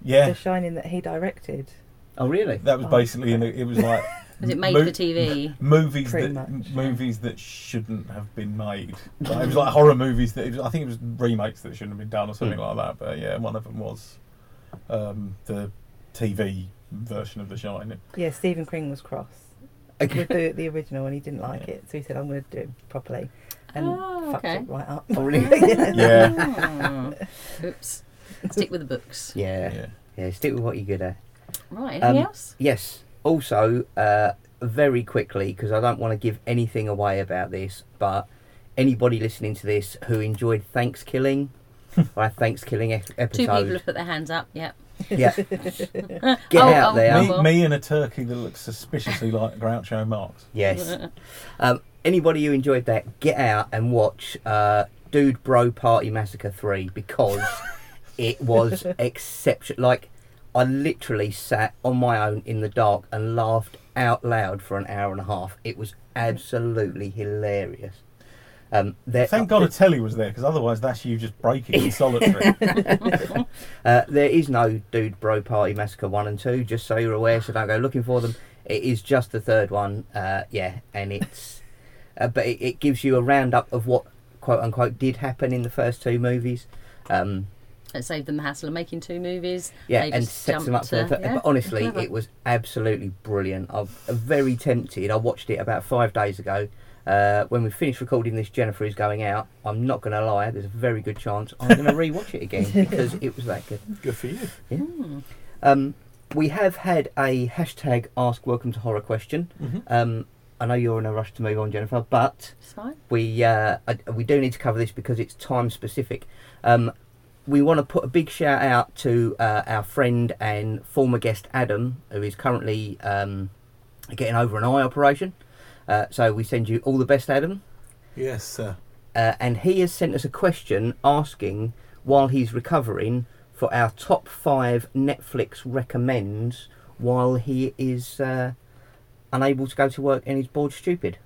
Speaker 1: Yeah,
Speaker 4: The Shining that he directed.
Speaker 2: oh, really?
Speaker 1: that was basically. In a, it was like
Speaker 3: Was it made
Speaker 1: mo-
Speaker 3: for TV?
Speaker 1: movies
Speaker 4: Pretty
Speaker 1: that
Speaker 4: much,
Speaker 1: movies that shouldn't have been made. Like, it was like horror movies that it was, I think it was remakes that shouldn't have been done or
Speaker 3: Hmm.
Speaker 1: something like that. But yeah, one of them was um, the TV version of The Shining.
Speaker 4: Yeah, Stephen King was cross
Speaker 2: Okay.
Speaker 4: with the, the original and he didn't like
Speaker 1: Yeah.
Speaker 4: it, so he said, "I'm going to do it properly," and
Speaker 3: Oh,
Speaker 4: fucked
Speaker 3: okay.
Speaker 4: it right up.
Speaker 2: Oh, really?
Speaker 1: Yeah.
Speaker 3: Ah. Oops. Stick with the books.
Speaker 2: Yeah, yeah,
Speaker 1: Yeah.
Speaker 2: Stick with what you're good at.
Speaker 3: Right. Anything
Speaker 2: Um,
Speaker 3: else?
Speaker 2: Yes. Also, uh, very quickly, because I don't want to give anything away about this, but anybody listening to this who enjoyed Thanksgiving, our Thanksgiving ep-
Speaker 3: Two people
Speaker 2: episode,
Speaker 3: have put their hands up. Yep.
Speaker 2: yeah, get
Speaker 3: Oh,
Speaker 2: out
Speaker 3: oh,
Speaker 2: there.
Speaker 3: Yeah,
Speaker 1: me,
Speaker 3: well-
Speaker 1: me and a turkey that looks suspiciously like Groucho Marx.
Speaker 2: Yes. Um, anybody who enjoyed that, get out and watch uh, Dude Bro Party Massacre 3 because it was exceptional. Like, I literally sat on my own in the dark and laughed out loud for an hour and a half. It was absolutely hilarious. Um, there,
Speaker 1: Thank God a telly was there because otherwise that's you just breaking in solitary.
Speaker 2: Uh, there is no Dude Bro Party Massacre 1 and 2, just so you're aware, so don't go looking for them. It is just the third one, uh, yeah, and it's. Uh, but it, it gives you a roundup of what, quote unquote, did happen in the first two movies. Um,
Speaker 3: It saved them the hassle of making two movies.
Speaker 2: yeah,
Speaker 3: They
Speaker 2: and
Speaker 3: just
Speaker 2: sets them up
Speaker 3: jumped
Speaker 2: for the
Speaker 3: to-
Speaker 2: third.
Speaker 3: yeah,
Speaker 2: But honestly,
Speaker 3: clever.
Speaker 2: it was absolutely brilliant. I'm very tempted. I watched it about five days ago. Uh, when we finish recording this, Jennifer is going out. I'm not going to lie, there's a very good chance I'm going to rewatch it again because it was that good.
Speaker 1: Good for you.
Speaker 3: Hmm.
Speaker 2: Um, we have had a hashtag ask welcome to horror question.
Speaker 1: Mhm.
Speaker 2: Um, I know you're in a rush to move on, Jennifer, but
Speaker 3: It's fine.
Speaker 2: we uh, I, we do need to cover this because it's time specific. Um, we want to put a big shout out to uh, our friend and former guest Adam, who is currently um, getting over an eye operation. Uh, so we send you all the best, Adam.
Speaker 1: Yes, sir.
Speaker 2: Uh, and he has sent us a question asking, while he's recovering, for our top five Netflix recommends while he is uh, unable to go to work and he's bored stupid.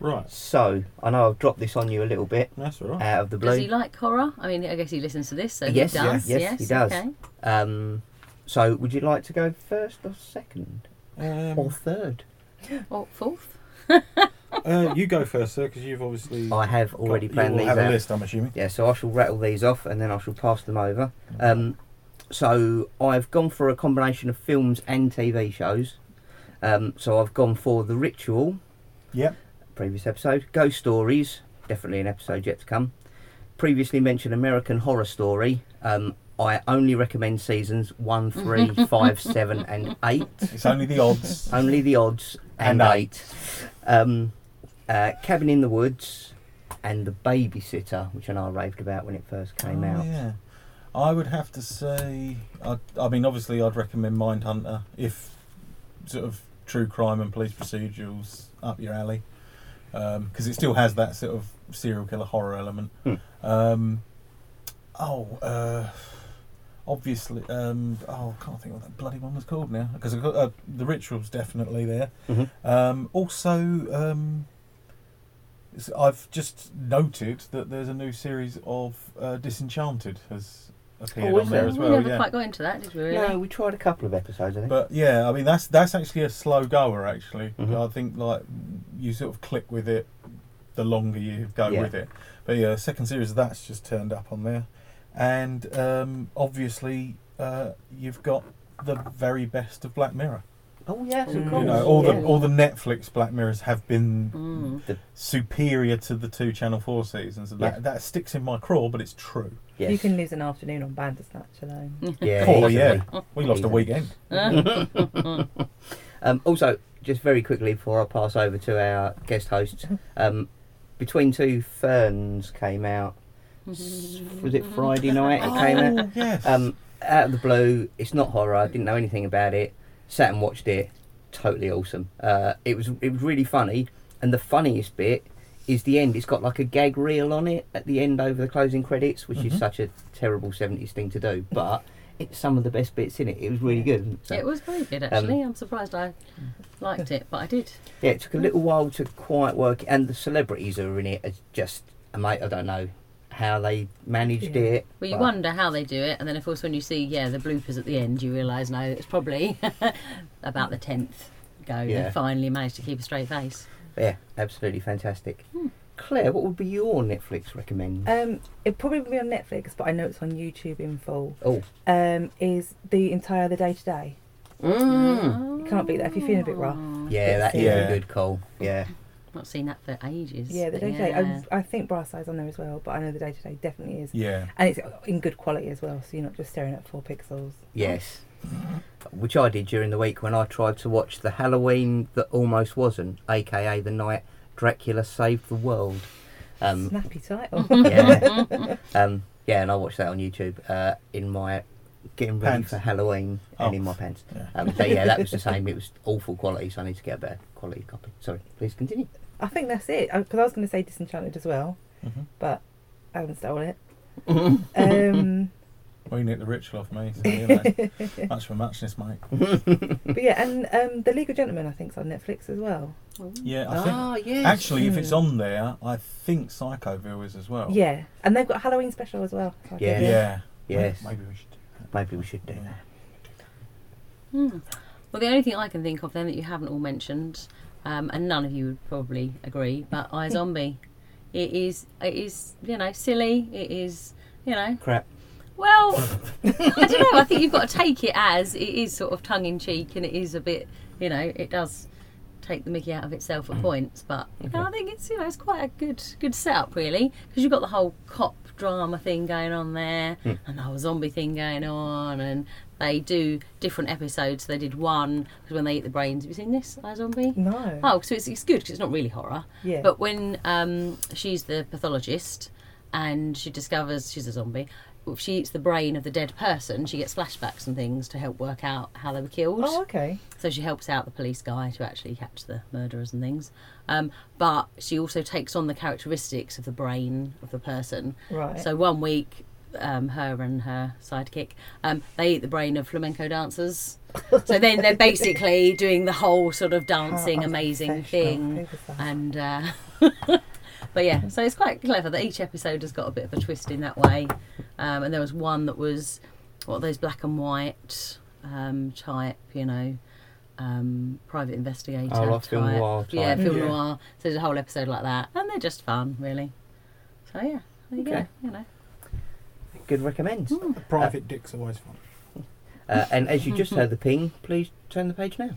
Speaker 1: Right.
Speaker 2: So I know I've dropped this on you a little bit
Speaker 1: That's all right.
Speaker 2: out of the blue.
Speaker 3: Does he like horror? I mean, I guess he listens to this, so
Speaker 2: Yes,
Speaker 3: he does.
Speaker 2: yes,
Speaker 3: Yes,
Speaker 2: he does.
Speaker 3: Okay.
Speaker 2: um, so would you like to go first or second or
Speaker 1: Um,
Speaker 2: third?
Speaker 3: Or Oh, fourth.
Speaker 1: uh, you go first, sir, because you've obviously
Speaker 2: I have already
Speaker 1: got- you
Speaker 2: planned
Speaker 1: will
Speaker 2: these
Speaker 1: have
Speaker 2: out.
Speaker 1: a list, I'm assuming.
Speaker 2: Yeah, so I shall rattle these off and then I shall pass them over. Um, so I've gone for a combination of films and TV shows. Um, so I've gone for The Ritual,
Speaker 1: Yep.
Speaker 2: previous episode, Ghost Stories, definitely an episode yet to come. Previously mentioned American Horror Story. Um, I only recommend seasons one, three, five, seven, and 8.
Speaker 1: It's only the odds.
Speaker 2: Only the odds and,
Speaker 1: And
Speaker 2: eight. Um, uh, Cabin in the Woods and The Babysitter, which I know I raved about when it first came
Speaker 1: Oh,
Speaker 2: out.
Speaker 1: Yeah. I would have to say, I, I mean, obviously, I'd recommend Mindhunter if sort of true crime and police procedurals up your alley, because it still has that sort of serial killer horror element.
Speaker 2: Hmm.
Speaker 1: Um, oh, uh, obviously, um, oh, I can't think what that bloody one was called now, because uh, the ritual's definitely there.
Speaker 2: Mhm.
Speaker 1: Um, also, um, s- I've just noted that there's a new series of uh, Disenchanted has appeared
Speaker 2: Oh, is
Speaker 1: on there
Speaker 2: there?
Speaker 1: as
Speaker 3: we
Speaker 1: well.
Speaker 3: never
Speaker 1: yeah.
Speaker 3: quite got into that, did we? Really?
Speaker 2: No, we tried a couple of episodes, I think.
Speaker 1: But yeah, I mean that's that's actually a slow goer. Actually,
Speaker 2: Mhm.
Speaker 1: I think like you sort of click with it the longer you go
Speaker 2: Yeah.
Speaker 1: with it. But yeah, second series of that's just turned up on there, and um, obviously uh, you've got the very best of Black Mirror.
Speaker 2: oh, yes, of
Speaker 3: Mm.
Speaker 2: course.
Speaker 1: you know, all
Speaker 2: yeah.
Speaker 1: the all the Netflix Black Mirrors have been
Speaker 3: Mm.
Speaker 1: superior to the two Channel Four seasons, and that
Speaker 2: Yeah.
Speaker 1: that sticks in my craw. But it's true.
Speaker 2: Yes.
Speaker 4: You can lose an afternoon on Bandersnatch alone.
Speaker 2: Yeah,
Speaker 1: oh yeah,
Speaker 2: easily.
Speaker 1: we lost a
Speaker 2: Easily.
Speaker 1: weekend.
Speaker 3: Uh,
Speaker 2: Um, also, just very quickly before I pass over to our guest hosts, um, Between Two Ferns came out. s- Was it Friday night? It came out.
Speaker 1: Oh, yes.
Speaker 2: Um, out of the blue, it's not horror. I didn't know anything about it. Sat and watched it. Totally awesome. Uh, it was it was really funny, and the funniest bit is the end. It's got like a gag reel on it at the end over the closing credits, which
Speaker 1: Mhm.
Speaker 2: is such a terrible seventies thing to do, but it's some of the best bits in it. It was really good. wasn't it? So,
Speaker 3: It was very good, actually.
Speaker 2: Um,
Speaker 3: I'm surprised I liked it, but I did.
Speaker 2: yeah, it took a little while to quite work, and the celebrities who are in it. Are just mate, I don't know how they managed
Speaker 4: Yeah.
Speaker 2: it.
Speaker 3: Well, you
Speaker 2: but-
Speaker 3: wonder how they do it, and then of course when you see yeah the bloopers at the end, you realise no, it's probably about the tenth go
Speaker 2: Yeah.
Speaker 3: they finally managed to keep a straight face.
Speaker 2: Yeah, absolutely fantastic.
Speaker 3: Hmm.
Speaker 2: Claire, what would be your Netflix recommend?
Speaker 4: Um, it probably will be on Netflix, but I know it's on YouTube in full.
Speaker 2: oh,
Speaker 4: Um, is the entire the day to day?
Speaker 2: mm.
Speaker 4: You Hmm. can't beat that if you're feeling a bit rough.
Speaker 2: yeah, that is
Speaker 1: Yeah.
Speaker 2: a good call. Yeah,
Speaker 3: Not seen that for ages.
Speaker 4: Yeah, the
Speaker 3: but
Speaker 4: day to day.
Speaker 3: yeah.
Speaker 4: I think Brass Eyes on there as well, but I know the day to day definitely is,
Speaker 1: yeah.
Speaker 4: and it's in good quality as well. So you're not just staring at four pixels.
Speaker 2: yes. Which I did during the week when I tried to watch the Halloween that almost wasn't, aka the night Dracula saved the world. Um,
Speaker 4: Snappy title.
Speaker 2: yeah, um, yeah, and I watched that on YouTube uh, in my getting ready
Speaker 1: Pants.
Speaker 2: for Halloween
Speaker 1: Oh.
Speaker 2: and in my pants.
Speaker 1: Yeah.
Speaker 2: Um, but yeah, that was the same. It was awful quality, so I need to get a better quality copy. Sorry, please continue.
Speaker 4: I think that's it. Because I was going to say Disenchanted as well,
Speaker 1: hmm
Speaker 4: but I haven't stolen it. um,
Speaker 1: Well, you nicked the ritual off me. So, you know, much for muchness, mate.
Speaker 2: Mm-hmm.
Speaker 4: but yeah, and um, the Legal Gentleman I think's on Netflix as well.
Speaker 1: Yeah, I think.
Speaker 2: ah, yes.
Speaker 1: Actually, if it's
Speaker 4: Mm.
Speaker 1: on there, I think Psychoville is as well.
Speaker 4: Yeah, and they've got a Halloween special as well. so I
Speaker 2: Oh. Yeah.
Speaker 1: Yeah.
Speaker 4: guess-
Speaker 2: Yes.
Speaker 1: Maybe, maybe we should. do
Speaker 2: Maybe we should do
Speaker 1: that.
Speaker 2: that.
Speaker 3: Hmm. Well, the only thing I can think of then that you haven't all mentioned, um, and none of you would probably agree, but I Zombie. It is, it is, you know, silly. It is, you know,
Speaker 2: Crap.
Speaker 3: Well, I don't know. I think you've got to take it as it is sort of tongue in cheek, and it is a bit, you know, it does take the Mickey out of itself at points. But you know, I think it's you know it's quite a good good setup really, because you've got the whole cop drama thing going on there, and the whole zombie thing going on, and they do different episodes. They did one because when they eat the brains. Have you seen this? I Zombie.
Speaker 4: No.
Speaker 3: Oh, so it's, it's good because it's not really horror.
Speaker 4: Yeah.
Speaker 3: But when um, she's the pathologist and she discovers she's a zombie, if she eats the brain of the dead person, she gets flashbacks and things to help work out how they were killed.
Speaker 4: Oh, okay.
Speaker 3: So she helps out the police guy to actually catch the murderers and things. Um, but she also takes on the characteristics of the brain of the person.
Speaker 4: Right.
Speaker 3: So one week, um, her and her sidekick, um, they eat the brain of flamenco dancers. so then they're basically doing the whole sort of dancing,
Speaker 4: How
Speaker 3: amazing
Speaker 4: unprofessional.
Speaker 3: thing.
Speaker 4: Who was that?
Speaker 3: And uh, but yeah, so it's quite clever that each episode has got a bit of a twist in that way. Um, and there was one that was what are those black and white um, type, you know. Um, private investigator.
Speaker 2: Oh, like film noir type.
Speaker 3: Yeah, film
Speaker 1: Yeah.
Speaker 3: noir. So there's a whole episode like that, and they're just fun, really. So yeah, there you
Speaker 2: Okay.
Speaker 3: go. You know.
Speaker 2: Good recommends.
Speaker 1: Private Dick's always fun.
Speaker 2: Uh, and as you just heard the ping, please turn the page now.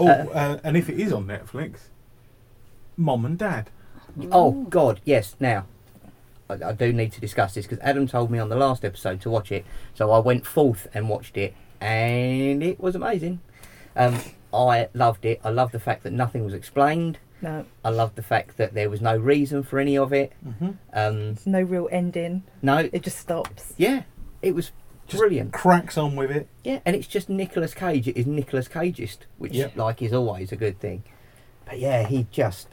Speaker 1: Oh, uh, and if it is on Netflix, Mom and Dad.
Speaker 2: Oh
Speaker 3: Ooh.
Speaker 2: God, yes. Now, I, I do need to discuss this because Adam told me on the last episode to watch it, so I went forth and watched it, and it was amazing. Um, I loved it. I loved the fact that nothing was explained.
Speaker 4: No,
Speaker 2: I loved the fact that there was no reason for any of it.
Speaker 1: Mm-hmm.
Speaker 2: Um,
Speaker 4: there's no real ending.
Speaker 2: no,
Speaker 4: It just stops.
Speaker 2: yeah, it was
Speaker 1: Just
Speaker 2: brilliant.
Speaker 1: cracks on with it.
Speaker 2: Yeah, and it's just Nicolas Cage. It is Nicolas Cageist, which
Speaker 1: Yep.
Speaker 2: like is always a good thing. But yeah, he just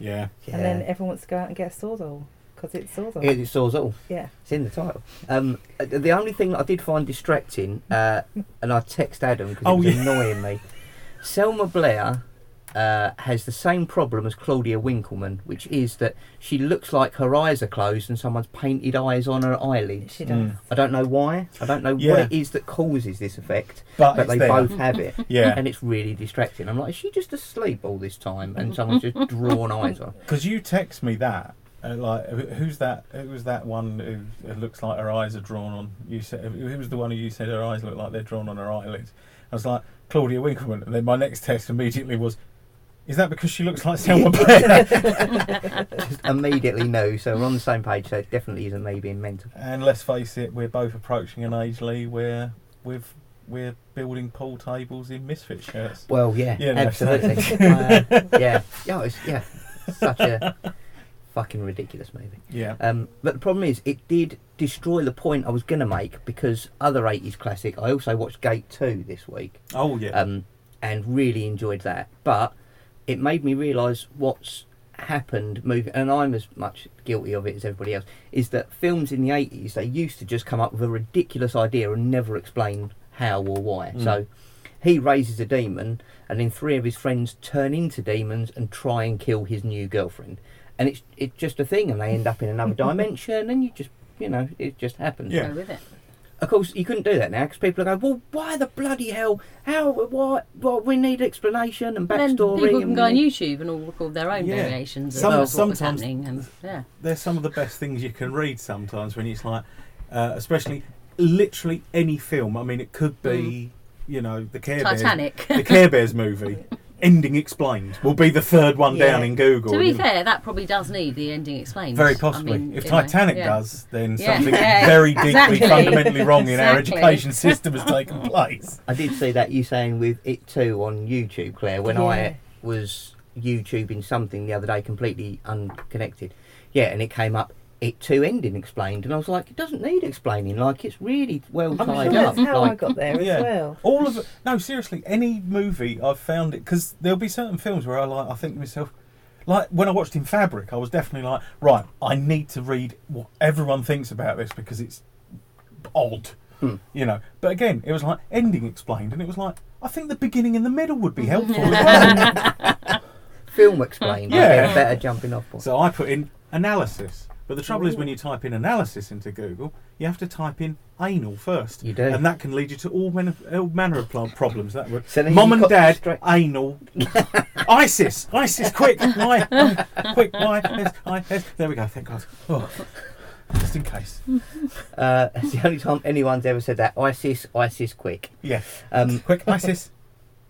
Speaker 1: Yeah.
Speaker 2: yeah.
Speaker 4: And then everyone wants to go out and get a sawzall because it's sawzall.
Speaker 2: it, it saws all.
Speaker 4: yeah.
Speaker 2: It's in the title. Um, uh, the only thing that I did find distracting, uh, and I text Adam because
Speaker 1: Oh,
Speaker 2: it was
Speaker 1: yeah.
Speaker 2: annoying me. Selma Blair uh, has the same problem as Claudia Winkleman, which is that she looks like her eyes are closed and someone's painted eyes on her eyelids.
Speaker 4: She does.
Speaker 1: Mm.
Speaker 2: I don't know why. I don't know what
Speaker 1: Yeah.
Speaker 2: it is that causes this effect,
Speaker 1: But,
Speaker 2: but
Speaker 1: it's
Speaker 2: they
Speaker 1: there.
Speaker 2: both have it,
Speaker 1: Yeah.
Speaker 2: and it's really distracting. I'm like, is she just asleep all this time? And someone's just drawn eyes on.
Speaker 1: Because you text me that. Uh, like who- who's that? Who was that one who it looks like her eyes are drawn on? You said who was the one who you said her eyes look like they're drawn on her eyelids? I was like Claudia Winkleman, and then my next text immediately was, "Is that because she looks like Selma Blair?"
Speaker 2: Just immediately know. So we're on the same page. So it definitely isn't me being mental.
Speaker 1: and let's face it, we're both approaching an age, Lee, where we've we're building pool tables in misfit shirts.
Speaker 2: Well, yeah,
Speaker 1: Yeah, no,
Speaker 2: absolutely. uh, yeah, yeah, it's, yeah. Such a fucking ridiculous movie.
Speaker 1: Yeah,
Speaker 2: Um, but the problem is, it did destroy the point I was going to make because other 80s classic. I also watched Gate 2 this week
Speaker 1: Oh yeah.
Speaker 2: um, and really enjoyed that. But it made me realise what's happened moving and I'm as much guilty of it as everybody else is that films in the 80s they used to just come up with a ridiculous idea and never explain how or why
Speaker 1: Mm.
Speaker 2: so he raises a demon and then three of his friends turn into demons and try and kill his new girlfriend and it's it's just a thing and they end up in another dimension and you just you know it just happens
Speaker 1: Yeah.
Speaker 3: Go with it.
Speaker 2: of course, you couldn't do that now because people are going, "Well, why the bloody hell? How? Why? Well, we need explanation and
Speaker 3: And then
Speaker 2: backstory."
Speaker 3: people can
Speaker 2: and
Speaker 3: go on YouTube and all record their own
Speaker 1: Yeah.
Speaker 3: variations of
Speaker 1: Some-
Speaker 3: what was
Speaker 1: sometimes-
Speaker 3: happening. And yeah,
Speaker 1: They're some of the best things you can read sometimes when it's like, uh, especially literally any film. I mean, it could be, you know, the Care Bears,
Speaker 3: Titanic.
Speaker 1: the Care Bears movie, ending explained will be the third one
Speaker 4: Yeah.
Speaker 1: down in Google.
Speaker 3: to be
Speaker 1: you know.
Speaker 3: fair, that probably does need the ending explained.
Speaker 1: Very possibly.
Speaker 3: I mean,
Speaker 1: if
Speaker 3: you know,
Speaker 1: Titanic
Speaker 3: yeah.
Speaker 1: does, then
Speaker 3: Yeah.
Speaker 1: something
Speaker 3: Yeah,
Speaker 1: very deeply,
Speaker 3: exactly.
Speaker 1: fundamentally wrong in our
Speaker 3: Exactly.
Speaker 1: education system has taken place.
Speaker 2: I did see that you saying with it too on YouTube, Claire, when
Speaker 4: Yeah.
Speaker 2: I was YouTubing something the other day, completely unconnected. Yeah, and it came up. It too ending explained, and I was like, "It doesn't need explaining. Like it's really well
Speaker 1: I'm
Speaker 2: tied
Speaker 4: Well,
Speaker 1: sure
Speaker 2: up."
Speaker 4: that's how I
Speaker 2: Like,
Speaker 4: got there
Speaker 1: Yeah.
Speaker 4: as well.
Speaker 1: All of it. No, seriously, any movie I've found it because there'll be certain films where I like. I think to myself, like when I watched in Fabric, I was definitely like, right, I need to read what everyone thinks about this because it's odd,
Speaker 2: Hmm.
Speaker 1: you know. But again, it was like ending explained, and it was like. I think the beginning and the middle would be helpful as well.
Speaker 2: film explained.
Speaker 1: Yeah.
Speaker 2: yeah, better jumping off point.
Speaker 1: So I put in analysis. But the trouble is, when you type in analysis into Google, you have to type in anal first.
Speaker 2: You do.
Speaker 1: And that can lead you to all, men- all manner of pl- problems. That would.
Speaker 2: So then
Speaker 1: Mom and
Speaker 2: you've got
Speaker 1: Dad,
Speaker 2: straight-
Speaker 1: anal. ISIS! ISIS, quick! Why? why, quick, why? Yes, I, yes. There we go, thank God. Oh. Just in case.
Speaker 2: Uh, it's the only time anyone's ever said that. ISIS, ISIS, quick.
Speaker 1: Yeah.
Speaker 2: Um,
Speaker 1: Quick, ISIS.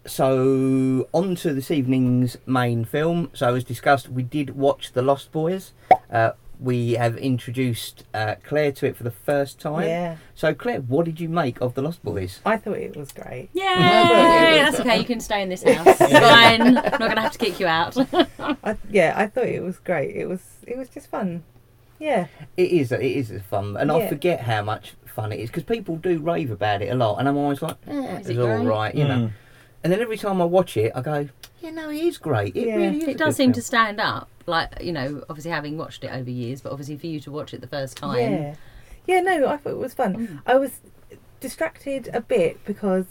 Speaker 2: So, on to this evening's main film. So, as discussed, we did watch The Lost Boys. Uh, we have introduced uh, Claire to it for the first time.
Speaker 4: Yeah,
Speaker 2: So, Claire, what did you make of The Lost Boys?
Speaker 4: I thought it was great.
Speaker 3: Yay!
Speaker 4: Yeah.
Speaker 3: That's okay. You can stay in this house. Fine. I'm not going to have to kick you out.
Speaker 4: I, yeah, I thought it was great. It was it was just fun. Yeah,
Speaker 2: It is, it is a fun, and I
Speaker 4: Yeah.
Speaker 2: forget how much fun it is because people do rave about it a lot, and I'm always like, eh, it's
Speaker 3: Is it
Speaker 2: all
Speaker 3: great?
Speaker 2: right, you know.
Speaker 1: Mm.
Speaker 2: And then every time I watch it, I go, yeah, no, it is great. It
Speaker 4: Yeah.
Speaker 2: really is. a
Speaker 3: It does
Speaker 2: good
Speaker 3: seem
Speaker 2: film."
Speaker 3: to stand up. Like, you know, obviously having watched it over years, but obviously for you to watch it the first time.
Speaker 4: yeah, yeah. No, I thought it was fun.
Speaker 3: Mm.
Speaker 4: I was distracted a bit because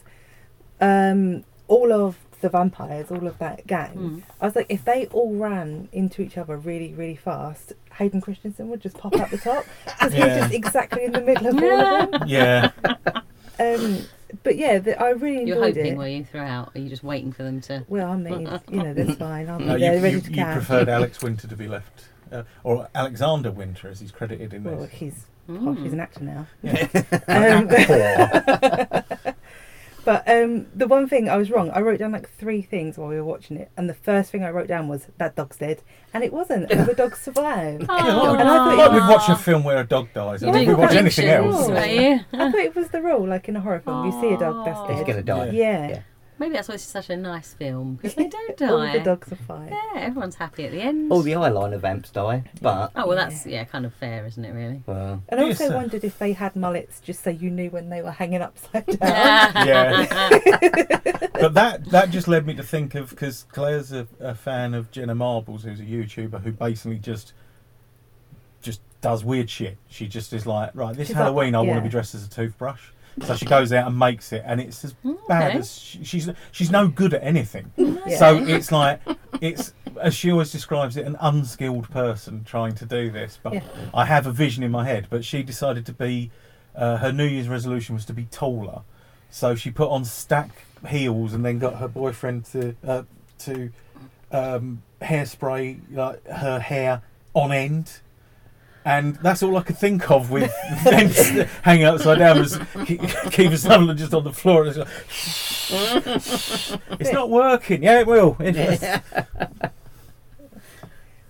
Speaker 4: um, all of the vampires, all of that gang,
Speaker 3: Mm.
Speaker 4: I was like, if they all ran into each other really, really fast, Hayden Christensen would just pop out the top because
Speaker 1: Yeah.
Speaker 4: he's just exactly in the middle of all of them.
Speaker 1: Yeah.
Speaker 4: Um, but yeah, the, I really
Speaker 3: You're
Speaker 4: enjoyed
Speaker 3: hoping,
Speaker 4: it.
Speaker 3: were you, throughout? Are you just waiting for them to.
Speaker 4: Well, I mean, you know, that's fine. I'll be
Speaker 1: No, you,
Speaker 4: there, ready
Speaker 1: you,
Speaker 4: to
Speaker 1: you
Speaker 4: catch.
Speaker 1: preferred Alex Winter to be left. Uh, or Alexander Winter, as he's credited in this.
Speaker 4: Well, Oh, he's
Speaker 3: Hmm.
Speaker 4: Posh,
Speaker 3: mm.
Speaker 4: he's an actor now.
Speaker 1: Yeah.
Speaker 4: Um,
Speaker 2: Poor.
Speaker 4: But um, the one thing I was wrong, I wrote down like three things while we were watching it, and the first thing I wrote down was that dog's dead, and it wasn't. And the dog survived.
Speaker 3: Oh.
Speaker 4: And I thought it
Speaker 1: like
Speaker 4: was-
Speaker 1: we'd watch a film where a dog dies.
Speaker 4: You're
Speaker 1: I think
Speaker 4: doing
Speaker 1: we'd watch anything
Speaker 4: predictions,
Speaker 1: else.
Speaker 4: right?
Speaker 3: Yeah.
Speaker 4: I thought it was the rule, like in a horror film, you see a dog that's
Speaker 3: Aww.
Speaker 4: dead.
Speaker 2: He's going to die.
Speaker 4: Yeah.
Speaker 2: Yeah.
Speaker 3: Maybe that's why it's such a nice film because they don't die.
Speaker 4: All the dogs are fine.
Speaker 3: Yeah, everyone's happy at the end.
Speaker 1: Oh,
Speaker 2: All the eyeliner vamps die, but
Speaker 3: oh well, that's yeah, kind of fair, isn't it? Really.
Speaker 2: well,
Speaker 4: And I
Speaker 1: Yes,
Speaker 4: also
Speaker 1: sir.
Speaker 4: wondered if they had mullets just so you knew when they were hanging upside down.
Speaker 1: Yeah. but that that just led me to think of because Claire's a, a fan of Jenna Marbles, who's a YouTuber who basically just just does weird shit. She just is like, right, this
Speaker 4: She's like-
Speaker 1: Halloween, I want
Speaker 4: yeah.
Speaker 1: to be dressed as a toothbrush. So she goes out and makes it, and it's as bad
Speaker 3: Okay.
Speaker 1: as she, she's she's no good at anything.
Speaker 3: Mm,
Speaker 4: Yeah.
Speaker 1: So it's like it's as she always describes it, an unskilled person trying to do this. But
Speaker 4: Yeah.
Speaker 1: I have a vision in my head. But she decided to be uh, her New Year's resolution was to be taller, so she put on stack heels and then got her boyfriend to uh, to um, hairspray like her hair on end. And that's all I could think of with them just hanging upside down was Ke- Kiefer Sutherland just on the floor. It's, like, it's not working. Yeah, it will. It's-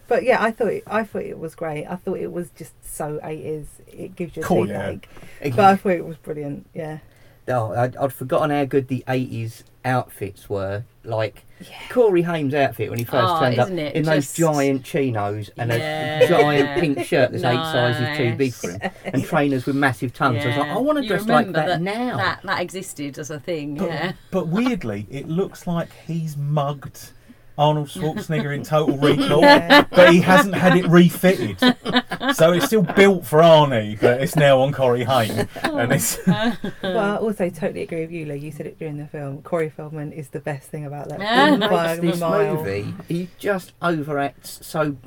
Speaker 4: But yeah, I thought it, I thought it was great. I thought it was just so 80s. It gives you a
Speaker 1: Cool, yeah.
Speaker 4: toothache. But I thought it was brilliant. Yeah.
Speaker 2: oh, I'd, I'd forgotten how good the '80s outfits were. Like Corey Haim's outfit when he first
Speaker 3: Oh,
Speaker 2: turned up
Speaker 3: isn't it
Speaker 2: in
Speaker 3: just-
Speaker 2: those giant chinos and
Speaker 3: Yeah.
Speaker 2: a giant pink shirt that's eight sizes too big
Speaker 3: Nice.
Speaker 2: for him, and trainers with massive tongues. I was like,
Speaker 3: Yeah.
Speaker 2: I want to
Speaker 3: You
Speaker 2: dress like
Speaker 3: remember
Speaker 2: that,
Speaker 3: that-
Speaker 2: now.
Speaker 3: That that existed as a thing.
Speaker 1: But,
Speaker 3: Yeah.
Speaker 1: but weirdly, it looks like he's mugged Arnold Schwarzenegger in Total Recall,
Speaker 4: Yeah.
Speaker 1: but he hasn't had it refitted. So it's still built for Arnie, but it's now on Corey Haim, and it's
Speaker 4: Well,
Speaker 3: Uh.
Speaker 4: I also totally agree with you, Lou. You said it during the film. Corey Feldman is the best thing about that
Speaker 3: Yeah.
Speaker 4: film
Speaker 3: He
Speaker 4: by
Speaker 2: Makes
Speaker 4: a
Speaker 2: this
Speaker 4: mile.
Speaker 2: movie, he just overacts so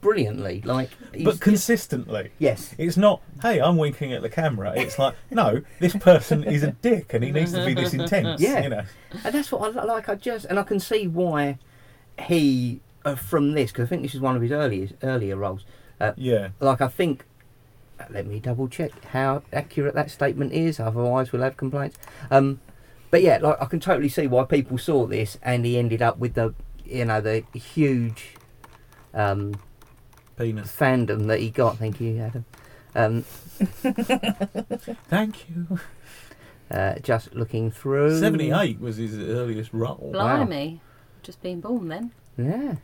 Speaker 2: brilliantly. Like, he's
Speaker 1: but consistently.
Speaker 2: yes,
Speaker 1: It's not, hey, I'm winking at the camera. It's like, no, this person is a dick and he needs to be this intense.
Speaker 2: Yeah.
Speaker 1: You know?
Speaker 2: And that's what I li- like. I just and I can see why he uh, from this because I think this is one of his earliest earlier roles.
Speaker 1: Yeah.
Speaker 2: Like I think, uh, let me double check how accurate that statement is. Otherwise, we'll have complaints. Um, but yeah, like I can totally see why people saw this and he ended up with the you know the huge um,
Speaker 1: Penis.
Speaker 2: fandom that he got. Thank you, Adam. Um,
Speaker 1: Thank you.
Speaker 2: uh, just looking through
Speaker 1: 78 was his earliest role.
Speaker 2: Wow.
Speaker 3: Blimey, just been born then.
Speaker 2: Yeah.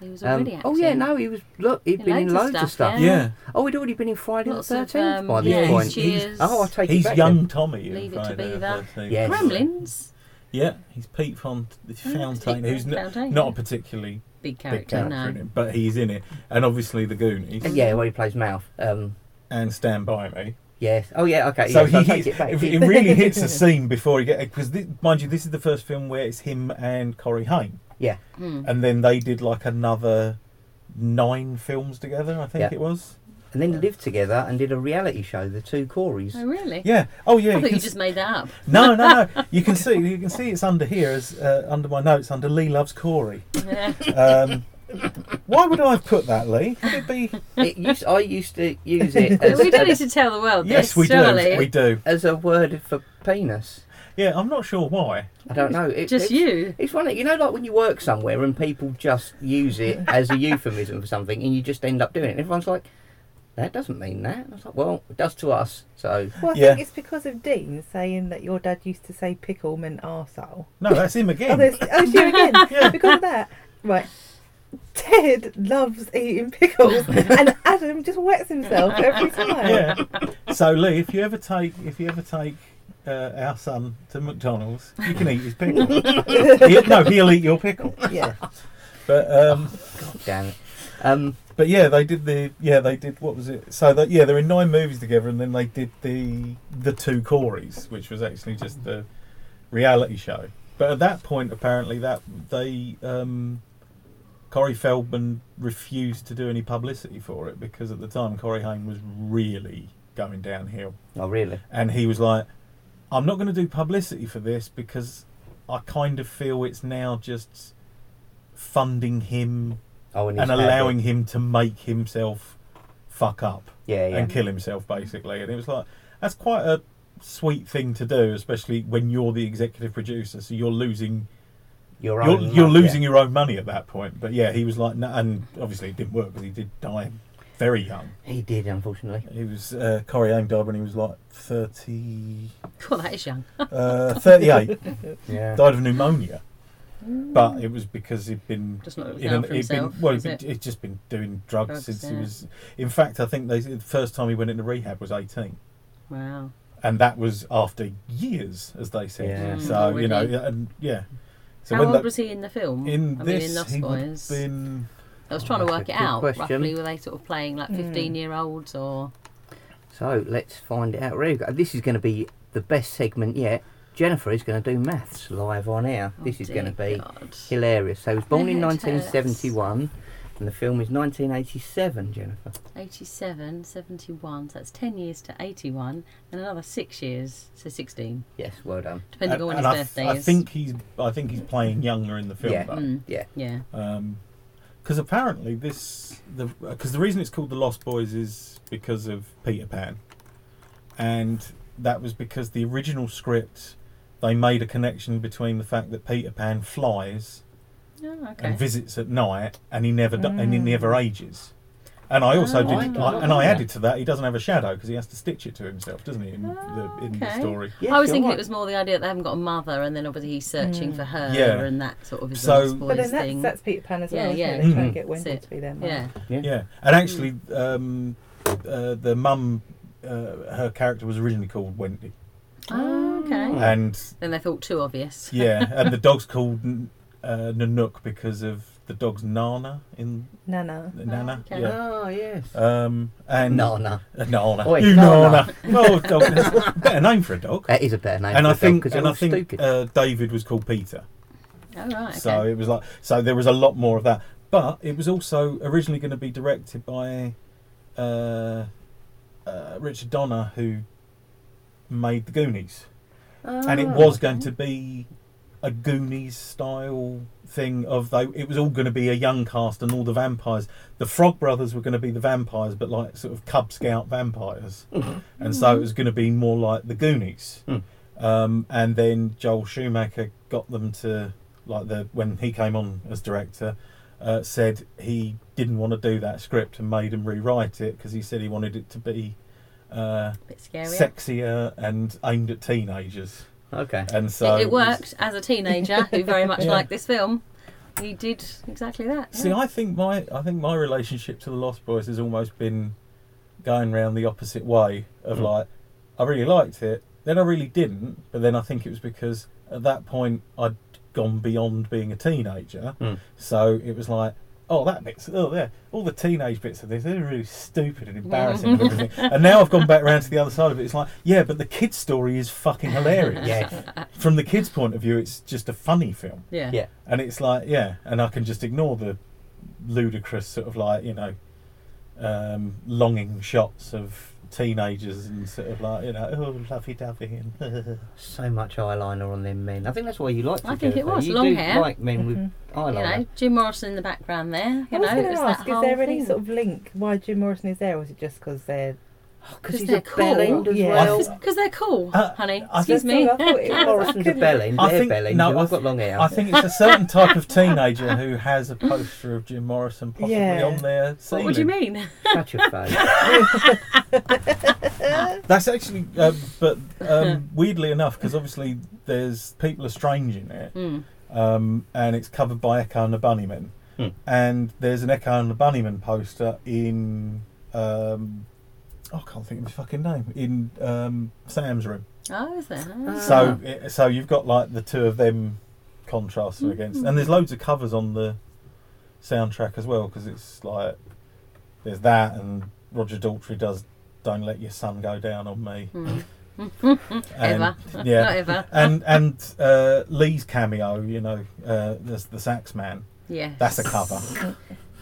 Speaker 3: He was
Speaker 2: Um,
Speaker 3: already.
Speaker 2: oh yeah,
Speaker 3: acting.
Speaker 2: no, he was look. He'd
Speaker 3: In
Speaker 2: been in
Speaker 3: loads
Speaker 2: loads
Speaker 3: of
Speaker 2: of
Speaker 3: stuff,
Speaker 2: stuff.
Speaker 1: Yeah.
Speaker 2: Oh, we'd already been in Friday
Speaker 3: Lots
Speaker 2: the
Speaker 3: of,
Speaker 2: Thirteenth by
Speaker 3: um,
Speaker 2: this
Speaker 1: yeah,
Speaker 2: point.
Speaker 1: he's-
Speaker 3: Cheers.
Speaker 2: oh, I take it
Speaker 1: He's
Speaker 2: back
Speaker 1: young
Speaker 2: then.
Speaker 1: Tommy. in
Speaker 3: Leave It to
Speaker 1: Friday the
Speaker 3: Beaver.
Speaker 1: 13th.
Speaker 2: Yes.
Speaker 3: Gremlins.
Speaker 1: Yeah, he's Pete Font- Fountain, who's n-
Speaker 3: Fountain.
Speaker 1: not a particularly big
Speaker 3: big character.
Speaker 1: character in it, but he's in it. And obviously the Goonies
Speaker 2: Uh, Yeah, where he plays mouth. Um,
Speaker 1: and Stand By Me.
Speaker 2: yes. Oh yeah. Okay.
Speaker 1: so
Speaker 2: yes, I
Speaker 1: he
Speaker 2: take
Speaker 1: hits,
Speaker 2: it back.
Speaker 1: it, it really hits the scene before he gets because mind you, this is the first film where it's him and Corey Haim,
Speaker 2: yeah.
Speaker 3: no. Hmm.
Speaker 1: and then they did like another nine films together. I think
Speaker 2: Yeah.
Speaker 1: it was.
Speaker 2: And then lived together and did a reality show. The two Coreys.
Speaker 3: Oh really?
Speaker 1: Yeah. Oh yeah.
Speaker 3: I
Speaker 1: you
Speaker 3: thought
Speaker 1: can
Speaker 3: you
Speaker 1: s-
Speaker 3: just made that up.
Speaker 1: no, no, no. You can see, you can see it's under here as uh, under my notes under Lee loves Corey.
Speaker 3: Yeah.
Speaker 1: Um, why would I have put that, Lee? Could it be?
Speaker 2: It used, I used to use it as,
Speaker 3: Oh. we do
Speaker 2: a,
Speaker 3: need to tell the world.
Speaker 1: Yes,
Speaker 3: this,
Speaker 1: we
Speaker 3: surely.
Speaker 1: do. We do.
Speaker 2: as a word for penis.
Speaker 1: Yeah, I'm not sure why.
Speaker 2: I don't know. It,
Speaker 3: Just
Speaker 2: it's,
Speaker 3: you.
Speaker 2: It's funny, you know, like when you work somewhere and people just use it as a euphemism for something, and you just end up doing it. And everyone's like, "That doesn't mean that." And I was like, "Well, it does to us." So
Speaker 4: Well, I
Speaker 1: Yeah.
Speaker 4: think it's because of Dean saying that your dad used to say pickle meant arsehole.
Speaker 1: No, that's him
Speaker 4: Oh,
Speaker 1: again.
Speaker 4: there's, oh, it's you again.
Speaker 1: Yeah.
Speaker 4: Because of that. Right. Ted loves eating pickles, and Adam just wets himself every time.
Speaker 1: yeah. So Lee, if you ever take if you ever take uh, our son to McDonald's, you can eat his pickle. He'll- no, he'll eat your pickle.
Speaker 4: Yeah.
Speaker 1: But um,
Speaker 2: damn it. Um,
Speaker 1: but yeah, they did the yeah they did what was it? So that yeah, they're in nine movies together, and then they did the the two Corys, which was actually just the reality show. But at that point, apparently that they um, Corey Feldman refused to do any publicity for it because at the time Corey Haim was really going downhill.
Speaker 2: oh really?
Speaker 1: and he was like, "I'm not going to do publicity for this because I kind of feel it's now just funding him
Speaker 2: Oh, and,
Speaker 1: and
Speaker 2: he's had it.
Speaker 1: allowing him to make himself fuck up
Speaker 2: Yeah, yeah.
Speaker 1: and kill himself basically and it was like that's quite a sweet thing to do especially when you're the executive producer so you're losing
Speaker 2: Your
Speaker 1: you're,
Speaker 2: own
Speaker 1: you're
Speaker 2: luck, yeah.
Speaker 1: losing your own money at that point but yeah he was like no, and obviously it didn't work because he did die very young
Speaker 2: He did, unfortunately.
Speaker 1: he was uh, Corrie Aim died when he was like 30
Speaker 3: God, that is young.
Speaker 1: uh, 38
Speaker 2: Yeah.
Speaker 1: died of pneumonia but it was because he'd been
Speaker 3: Just not looking
Speaker 1: in an-
Speaker 3: out for
Speaker 1: he'd been
Speaker 3: himself.
Speaker 1: well he'd,
Speaker 3: is
Speaker 1: been,
Speaker 3: it?
Speaker 1: he'd just been doing drugs,
Speaker 3: Drugs,
Speaker 1: since he
Speaker 3: yeah.
Speaker 1: was in fact i think they the first time he went into rehab was 18
Speaker 3: Wow.
Speaker 1: and that was after years as they said
Speaker 2: Yeah. Mm,
Speaker 1: so you know
Speaker 3: already.
Speaker 1: yeah, and yeah so
Speaker 3: How old
Speaker 1: that-
Speaker 3: was he in the film?
Speaker 1: in
Speaker 3: I mean, in
Speaker 1: this
Speaker 3: Lost
Speaker 1: he would
Speaker 3: Boys.
Speaker 1: have been
Speaker 3: I was trying to
Speaker 2: That's a
Speaker 3: work it
Speaker 2: good
Speaker 3: out.
Speaker 2: question.
Speaker 3: Roughly, were they sort of playing like
Speaker 4: Mm.
Speaker 3: fifteen-year-olds or?
Speaker 2: So let's find out. There you go. This is going to be the best segment yet. Jennifer is going to do maths live on air. this
Speaker 3: Oh,
Speaker 2: is going to
Speaker 3: dear
Speaker 2: be
Speaker 3: God.
Speaker 2: hilarious. So he was born in
Speaker 3: It hurts.
Speaker 2: 1971, and the film is 1987. Jennifer.
Speaker 3: 87, 71, so that's 10 years to 81, and another 6 years, so 16,
Speaker 2: Yes, well done.
Speaker 3: depending on when his
Speaker 1: and I,
Speaker 3: birthday
Speaker 1: I
Speaker 3: is.
Speaker 1: think uh, he's i think he's playing younger in the film
Speaker 2: Yeah.
Speaker 1: though.
Speaker 3: Mm,
Speaker 2: Yeah.
Speaker 3: yeah.
Speaker 1: Um 'cause because apparently this the because the reason it's called the Lost Boys is because of Peter Pan, and that was because the original script they made a connection between the fact that Peter Pan flies
Speaker 3: Oh, okay.
Speaker 1: and visits at night and he never do- and he
Speaker 4: Mm.
Speaker 1: never ages. And I also
Speaker 3: Oh,
Speaker 1: did,
Speaker 2: I
Speaker 1: like,
Speaker 2: thought
Speaker 1: and I
Speaker 2: that.
Speaker 1: added to that, he doesn't have a shadow because he has to stitch it to himself, doesn't he? In the in the
Speaker 3: Okay.
Speaker 1: story,
Speaker 2: Yes,
Speaker 3: I was
Speaker 2: you're
Speaker 3: thinking
Speaker 2: right.
Speaker 3: it was more the idea that they haven't got a mother, and then obviously he's searching
Speaker 4: Mm.
Speaker 3: for her,
Speaker 1: Yeah.
Speaker 3: and that sort of is
Speaker 1: So-
Speaker 3: so, boys
Speaker 4: But then that's,
Speaker 3: thing.
Speaker 4: that's Peter Pan as well.
Speaker 3: Yeah,
Speaker 4: isn't
Speaker 3: yeah.
Speaker 4: it? They're Trying
Speaker 1: Mhm.
Speaker 4: to get Wendy
Speaker 3: That's
Speaker 4: to be their mum.
Speaker 3: yeah.
Speaker 1: yeah. And actually, um, uh, the mum, uh, her character was originally called Wendy,
Speaker 3: Oh,
Speaker 2: Mm.
Speaker 3: okay.
Speaker 1: and
Speaker 3: Then they thought too obvious.
Speaker 1: Mm. Yeah, and the dog's called N- uh, Nanook because of the dog's Nana in
Speaker 4: Nana.
Speaker 1: Nana.
Speaker 3: okay.
Speaker 1: Yeah.
Speaker 2: Oh yes.
Speaker 1: Um, and
Speaker 2: Nana.
Speaker 1: uh, Nana.
Speaker 2: Oi,
Speaker 1: you
Speaker 2: Nana.
Speaker 1: Nana. oh, dog. That's a better name for a dog.
Speaker 2: That is a better name.
Speaker 1: And
Speaker 2: for
Speaker 1: I think,
Speaker 2: because
Speaker 1: and I think
Speaker 2: stupid.
Speaker 1: uh, David was called Peter.
Speaker 3: Oh, right. Okay.
Speaker 1: So it was like, so there was a lot more of that. But it was also originally going to be directed by uh, uh, Richard Donner, who made the Goonies.
Speaker 3: Oh,
Speaker 1: and it was going to be a Goonies style thing of though it was all going to be a young cast and all the vampires the frog brothers were going to be the vampires but like sort of cub scout vampires and so it was going to be more like the goonies
Speaker 2: Mm.
Speaker 1: um, and then joel schumacher got them to like the when he came on as director uh, said he didn't want to do that script and made him rewrite it because he said he wanted it to be uh,
Speaker 3: a bit scary.
Speaker 1: sexier and aimed at teenagers
Speaker 2: okay.
Speaker 1: and so
Speaker 3: it, it worked as a teenager who very much
Speaker 1: Yeah.
Speaker 3: liked this film. He did exactly that.
Speaker 1: See,
Speaker 3: yeah.
Speaker 1: I think my I think my relationship to the Lost Boys has almost been going round the opposite way of
Speaker 2: Mm.
Speaker 1: like I really liked it, then I really didn't, but then I think it was because at that point I'd gone beyond being a teenager,
Speaker 2: Mm.
Speaker 1: so it was like. Oh, that bit's oh there. All the teenage bits of this, they're really stupid and embarrassing and everything. And now I've gone back round to the other side of it. It's like, yeah, but the kids' story is fucking hilarious.
Speaker 2: Yes.
Speaker 1: From the kids' point of view, it's just a funny film.
Speaker 3: yeah.
Speaker 2: Yeah.
Speaker 1: And it's like, yeah, and I can just ignore the ludicrous sort of like, you know, um, longing shots of teenagers and sort of like, you know, oh, lovey dovey. And
Speaker 2: So much eyeliner on them men. I think that's why you like.
Speaker 3: I think it was.
Speaker 2: you
Speaker 3: Long
Speaker 2: do
Speaker 3: hair. Mm-hmm.
Speaker 2: Like men with
Speaker 4: Mhm.
Speaker 3: You
Speaker 2: eyeliner.
Speaker 3: know, Jim Morrison in the background there.
Speaker 4: I
Speaker 3: You
Speaker 4: was
Speaker 3: know,
Speaker 4: going
Speaker 3: it's
Speaker 4: to
Speaker 3: that
Speaker 4: ask, is
Speaker 3: whole
Speaker 4: there
Speaker 3: thing.
Speaker 4: any sort of link why Jim Morrison is there, or is it just because they're.
Speaker 2: Because Oh, he's
Speaker 3: they're
Speaker 2: a bell end
Speaker 3: cool.
Speaker 2: as
Speaker 4: Yeah.
Speaker 2: well.
Speaker 3: Because they're cool,
Speaker 1: Uh,
Speaker 3: honey.
Speaker 1: I
Speaker 3: Excuse
Speaker 4: think-
Speaker 3: me.
Speaker 4: I thought it was-
Speaker 2: Morrison's a bell end.
Speaker 1: I
Speaker 2: They're
Speaker 1: think-
Speaker 2: bell end.
Speaker 1: no,
Speaker 2: You've
Speaker 1: I
Speaker 2: all got
Speaker 1: think-
Speaker 2: long hair.
Speaker 1: I think it's a certain type of teenager who has a poster of Jim Morrison possibly
Speaker 4: Yeah.
Speaker 1: on their ceiling.
Speaker 3: What do you mean?
Speaker 2: Such a face.
Speaker 1: That's actually, um, but um, weirdly enough, because obviously there's people are strange in it.
Speaker 3: Mm.
Speaker 1: um, and it's covered by Echo and the Bunnymen.
Speaker 2: Hmm.
Speaker 1: And there's an Echo and the Bunnymen poster in, um, oh, I can't think of his fucking name, in um, Sam's room.
Speaker 3: Oh, is there?
Speaker 2: Ah.
Speaker 4: Uh,
Speaker 1: So, it, so you've got like the two of them contrasting
Speaker 3: Mm-hmm.
Speaker 1: against, and there's loads of covers on the soundtrack as well because it's like there's that and Roger Daltrey does "Don't Let Your Sun Go Down on Me."
Speaker 3: Mm.
Speaker 1: And,
Speaker 3: ever.
Speaker 1: Yeah.
Speaker 3: Not ever.
Speaker 1: and and uh, Lee's cameo, you know, uh, there's the sax man.
Speaker 3: Yes.
Speaker 1: That's a cover.